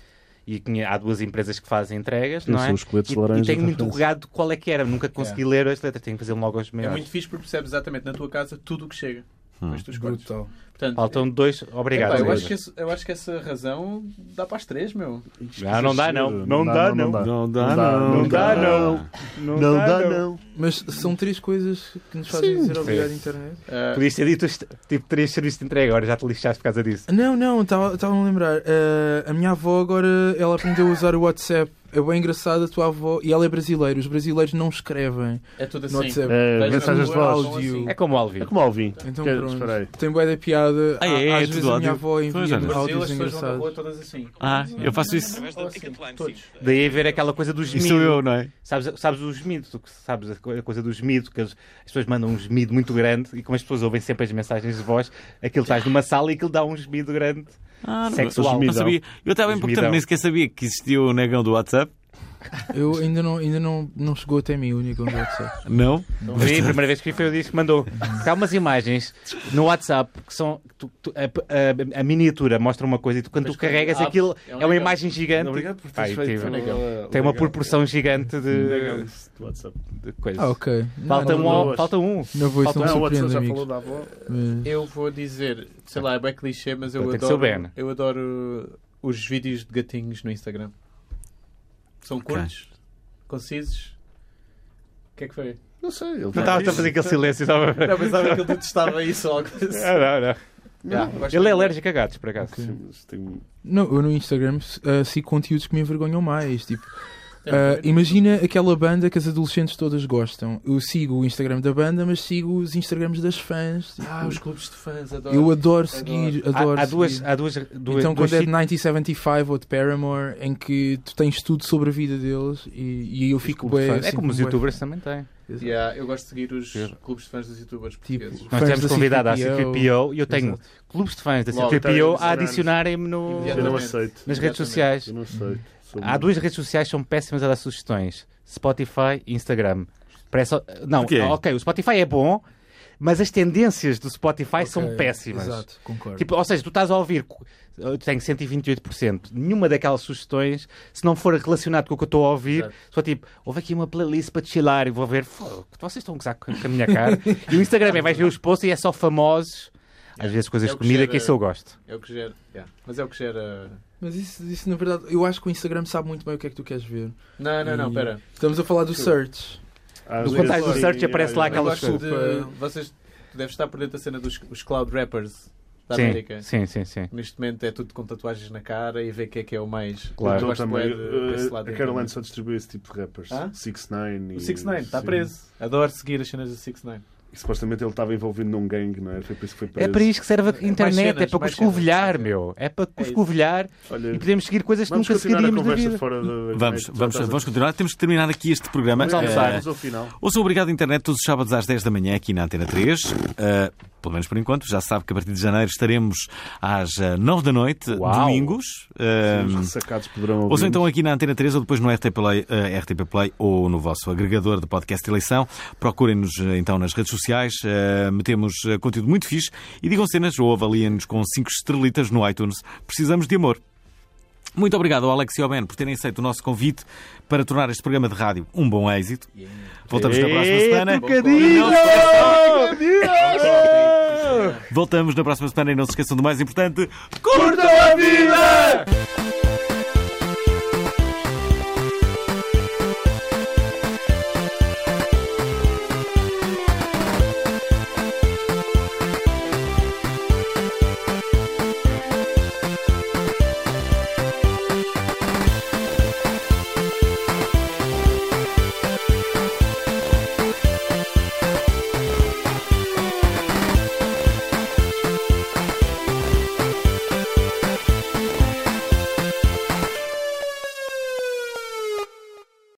Speaker 4: e tinha- há duas empresas que fazem entregas,
Speaker 3: Sim,
Speaker 4: não é?
Speaker 3: são os coletes
Speaker 4: e,
Speaker 3: de laranja
Speaker 4: e tenho
Speaker 3: da
Speaker 4: muito
Speaker 3: França.
Speaker 4: regado qual é que era, nunca consegui ler as letras, tenho que fazer um logo aos
Speaker 2: É
Speaker 4: meus.
Speaker 2: muito fixe porque percebes exatamente na tua casa tudo o que chega. Depois tu escolhes.
Speaker 6: Brutal.
Speaker 2: Portanto,
Speaker 4: Faltam dois, Hum. obrigado.
Speaker 2: Epá, eu,
Speaker 4: Luís.
Speaker 2: acho que esse- eu acho que essa razão dá para as três, meu.
Speaker 4: Ah, não dá, não. Não dá, não.
Speaker 1: Não dá,
Speaker 3: Não dá, não. Não dá, não.
Speaker 6: Mas são três coisas que nos fazem dizer obrigado, internet.
Speaker 2: Ah,
Speaker 4: Podias ter dito este- tipo três serviços de entrega, agora já te lixaste por causa disso.
Speaker 6: Não, não, estava-me a lembrar. Eh, a minha avó agora, ela aprendeu a usar o WhatsApp. É bem engraçado a tua avó. E ela é brasileira. Os brasileiros não escrevem
Speaker 2: é tudo
Speaker 6: no
Speaker 2: assim.
Speaker 6: WhatsApp.
Speaker 3: É,
Speaker 2: Vejo
Speaker 3: mensagens de
Speaker 2: na rua,
Speaker 3: voz.
Speaker 2: são assim.
Speaker 6: Áudio.
Speaker 4: É como o Alvin.
Speaker 3: É como Alvin.
Speaker 2: um
Speaker 6: Então
Speaker 3: Que-
Speaker 6: pronto.
Speaker 3: Espera aí.
Speaker 6: Tem boa da piada.
Speaker 1: Ah,
Speaker 6: Há-
Speaker 1: é, é
Speaker 6: às
Speaker 1: tudo
Speaker 6: vezes a minha
Speaker 1: ódio.
Speaker 6: avó
Speaker 1: Pois é.
Speaker 6: envia
Speaker 2: No Brasil as
Speaker 6: áudios
Speaker 2: pessoas vão na rua
Speaker 6: engraçados.
Speaker 2: todas assim.
Speaker 1: Ah, eu faço isso.
Speaker 2: Ou assim, todos.
Speaker 4: Daí haver aquela coisa do
Speaker 1: Isso
Speaker 4: gemido.
Speaker 1: sou eu, não é?
Speaker 4: Sabes, sabes o gemido, tu que sabes a co- a coisa do gemido, que as, as pessoas mandam um gemido muito grande e como as pessoas ouvem sempre as mensagens de voz, aquilo estás numa sala e aquilo dá um gemido grande.
Speaker 1: Ah, não,
Speaker 4: Sexual.
Speaker 1: não sabia. Eu estava
Speaker 4: Os
Speaker 1: importante,
Speaker 4: midão.
Speaker 1: nem sequer sabia que existia o negão do WhatsApp.
Speaker 6: Eu ainda não, ainda não, não chegou até mim o único do WhatsApp.
Speaker 1: Não.
Speaker 4: Vi, a primeira vez que vi foi o disco que mandou. Porque Há umas imagens no WhatsApp que são. tu- tu- a, a- a miniatura mostra uma coisa e tu, quando tu carregas
Speaker 2: abres,
Speaker 4: aquilo,
Speaker 2: é um
Speaker 4: é uma
Speaker 2: negão.
Speaker 4: imagem gigante.
Speaker 3: Obrigado por
Speaker 4: Pá,
Speaker 3: teres feito.
Speaker 4: incrível.
Speaker 3: uh,
Speaker 4: Tem uma
Speaker 3: obrigado.
Speaker 4: proporção gigante de,
Speaker 3: WhatsApp.
Speaker 4: de coisas.
Speaker 6: Ah, ok.
Speaker 4: Falta,
Speaker 6: não,
Speaker 4: um,
Speaker 3: não, não,
Speaker 4: falta um.
Speaker 6: Não vou, isso
Speaker 4: Falta
Speaker 6: não me
Speaker 3: Não, o WhatsApp
Speaker 6: surpreende,
Speaker 3: já
Speaker 6: amigos.
Speaker 3: falou
Speaker 6: Eh,
Speaker 3: da avó.
Speaker 6: Mas-
Speaker 2: Eu vou dizer, sei lá, é bem clichê, mas eu
Speaker 4: Tem que ser o
Speaker 2: adoro.
Speaker 4: Ben.
Speaker 2: Eu adoro os vídeos de gatinhos no Instagram. São curtos, concisos. O que é que foi?
Speaker 3: Não sei. Ele
Speaker 4: Não tá. estava a fazer aquele silêncio. Estava...
Speaker 2: Eu pensava que ele detestava
Speaker 4: <laughs>
Speaker 2: isso ou algo assim.
Speaker 4: Ah, <laughs> não, não.
Speaker 2: Já, gosto
Speaker 4: Ele é
Speaker 2: de-
Speaker 4: alérgico a gatos, por acaso.
Speaker 3: Tem...
Speaker 6: Não, eu no Instagram eh, sigo conteúdos que me envergonham mais. Tipo,
Speaker 2: É,
Speaker 6: Ah,
Speaker 2: é.
Speaker 6: imagina aquela banda que as adolescentes todas gostam. Eu sigo o Instagram da banda, mas sigo os Instagrams das fãs. Tipo,
Speaker 2: Ah, os clubes de fãs, adoro.
Speaker 6: eu adoro seguir,
Speaker 4: Há-
Speaker 6: adoro
Speaker 4: há, duas,
Speaker 6: seguir.
Speaker 4: há duas, duas,
Speaker 6: então,
Speaker 4: duas
Speaker 6: quando é de
Speaker 4: sit-
Speaker 6: 1975 ou de Paramore, em que tu tens tudo sobre a vida deles e, e eu fico
Speaker 4: clubes de
Speaker 6: bem.
Speaker 4: fãs. É como os youtubers também têm.
Speaker 2: Yeah, eu gosto de seguir os
Speaker 4: Sim.
Speaker 2: clubes de fãs dos youtubers
Speaker 6: Tipo,
Speaker 2: portugueses.
Speaker 4: Nós
Speaker 6: fãs
Speaker 4: tivemos
Speaker 6: da
Speaker 4: convidado à
Speaker 6: CPPO.
Speaker 4: CPPO e eu tenho
Speaker 6: Exato.
Speaker 4: clubes de fãs da
Speaker 2: Logo,
Speaker 4: CPPO
Speaker 3: tá,
Speaker 4: a adicionarem-me no-
Speaker 3: Eu não
Speaker 2: Exatamente.
Speaker 3: aceito.
Speaker 4: nas redes
Speaker 2: Exatamente.
Speaker 4: sociais.
Speaker 3: Eu não é aceito. Sou
Speaker 4: Há duas redes sociais que são péssimas a dar sugestões: Spotify e Instagram. Parece... Não,
Speaker 1: Porquê?
Speaker 4: ok, o Spotify é bom, mas as tendências do Spotify são
Speaker 6: Ok,
Speaker 4: péssimas.
Speaker 6: Exato, concordo.
Speaker 4: Tipo, ou seja, tu estás a ouvir, eu tenho 128%, nenhuma daquelas sugestões, se não for relacionado com o que eu estou a ouvir,
Speaker 2: Exato.
Speaker 4: só tipo, houve aqui uma playlist para chilar e vou ver, "Fogo, vocês estão a gozar com com a minha cara. e o Instagram é, vais ver os posts e é só famosos.
Speaker 8: Às vezes coisas
Speaker 2: É o
Speaker 8: de
Speaker 2: que
Speaker 8: comida
Speaker 2: gera-
Speaker 8: que isso eu gosto.
Speaker 2: É o que gera. yeah. Mas é o que gera.
Speaker 6: Mas isso, isso, na verdade, eu acho que o Instagram sabe muito bem o que é que tu queres ver.
Speaker 2: Não, não, não,
Speaker 6: E-
Speaker 2: pera.
Speaker 6: Estamos a falar do search.
Speaker 3: Às
Speaker 8: Do
Speaker 3: vezes
Speaker 8: contrário do
Speaker 3: sim,
Speaker 8: search aparece lá
Speaker 3: às
Speaker 2: Eu
Speaker 8: aquelas
Speaker 2: acho
Speaker 8: coisas.
Speaker 2: que
Speaker 6: desculpa.
Speaker 2: de- vocês tu deves estar por dentro da cena dos os cloud rappers da América.
Speaker 8: Sim, sim, sim, sim.
Speaker 2: Neste momento é tudo com tatuagens na cara e ver o que é que é o mais.
Speaker 8: Claro.
Speaker 2: Eu
Speaker 3: Então,
Speaker 2: gosto
Speaker 3: também,
Speaker 2: bué de- desse lado
Speaker 3: eh, a Caroline
Speaker 2: da internet.
Speaker 3: só distribui esse tipo de rappers.
Speaker 2: Hã?
Speaker 3: 6 9
Speaker 2: O 6 9 está
Speaker 3: sim.
Speaker 2: preso. Adoro seguir as cenas do 6 9
Speaker 3: E, supostamente ele estava envolvido num gangue, não é? Foi por isso que foi
Speaker 8: É
Speaker 3: preso.
Speaker 8: para isto que serve a
Speaker 2: Mais
Speaker 8: internet, é
Speaker 2: cenas,
Speaker 8: para
Speaker 2: mais
Speaker 8: coscovilhar,
Speaker 2: cenas.
Speaker 8: meu. É para
Speaker 2: isso.
Speaker 8: coscovilhar
Speaker 3: Olha,
Speaker 8: e podemos seguir coisas que
Speaker 3: vamos
Speaker 8: nunca
Speaker 3: continuar a
Speaker 8: seguiríamos da
Speaker 3: conversa
Speaker 8: vida.
Speaker 3: fora da...
Speaker 1: Vamos,
Speaker 3: Já
Speaker 1: vamos,
Speaker 3: estás a-
Speaker 1: vamos continuar. Temos que terminar aqui este programa.
Speaker 3: Vamos
Speaker 1: Eh,
Speaker 3: almoçar, vamos ao final.
Speaker 1: Ouça o Obrigado Internet todos os sábados às 10 da manhã aqui na Antena 3. Uh, pelo menos por enquanto. Já se sabe que a partir de janeiro estaremos às uh, 9 da noite,
Speaker 8: Uau.
Speaker 1: domingos.
Speaker 3: Os
Speaker 1: Uh,
Speaker 3: ressacados poderão ouvir.
Speaker 1: ouçam então aqui na Antena 3 ou depois no RTP Play, uh, RTP Play ou no vosso agregador de podcast de eleição. Procurem-nos uh, então nas redes sociais. Uh, metemos uh, conteúdo muito fixe e digam cenas ou avaliem-nos com 5 estrelitas no iTunes. Precisamos de amor. Muito obrigado ao Alex e ao Ben por terem aceito o nosso convite para tornar este programa de rádio um bom êxito. Voltamos na próxima
Speaker 3: É
Speaker 1: semana. Voltamos na próxima semana e não se esqueçam do mais importante.
Speaker 8: Curta a vida!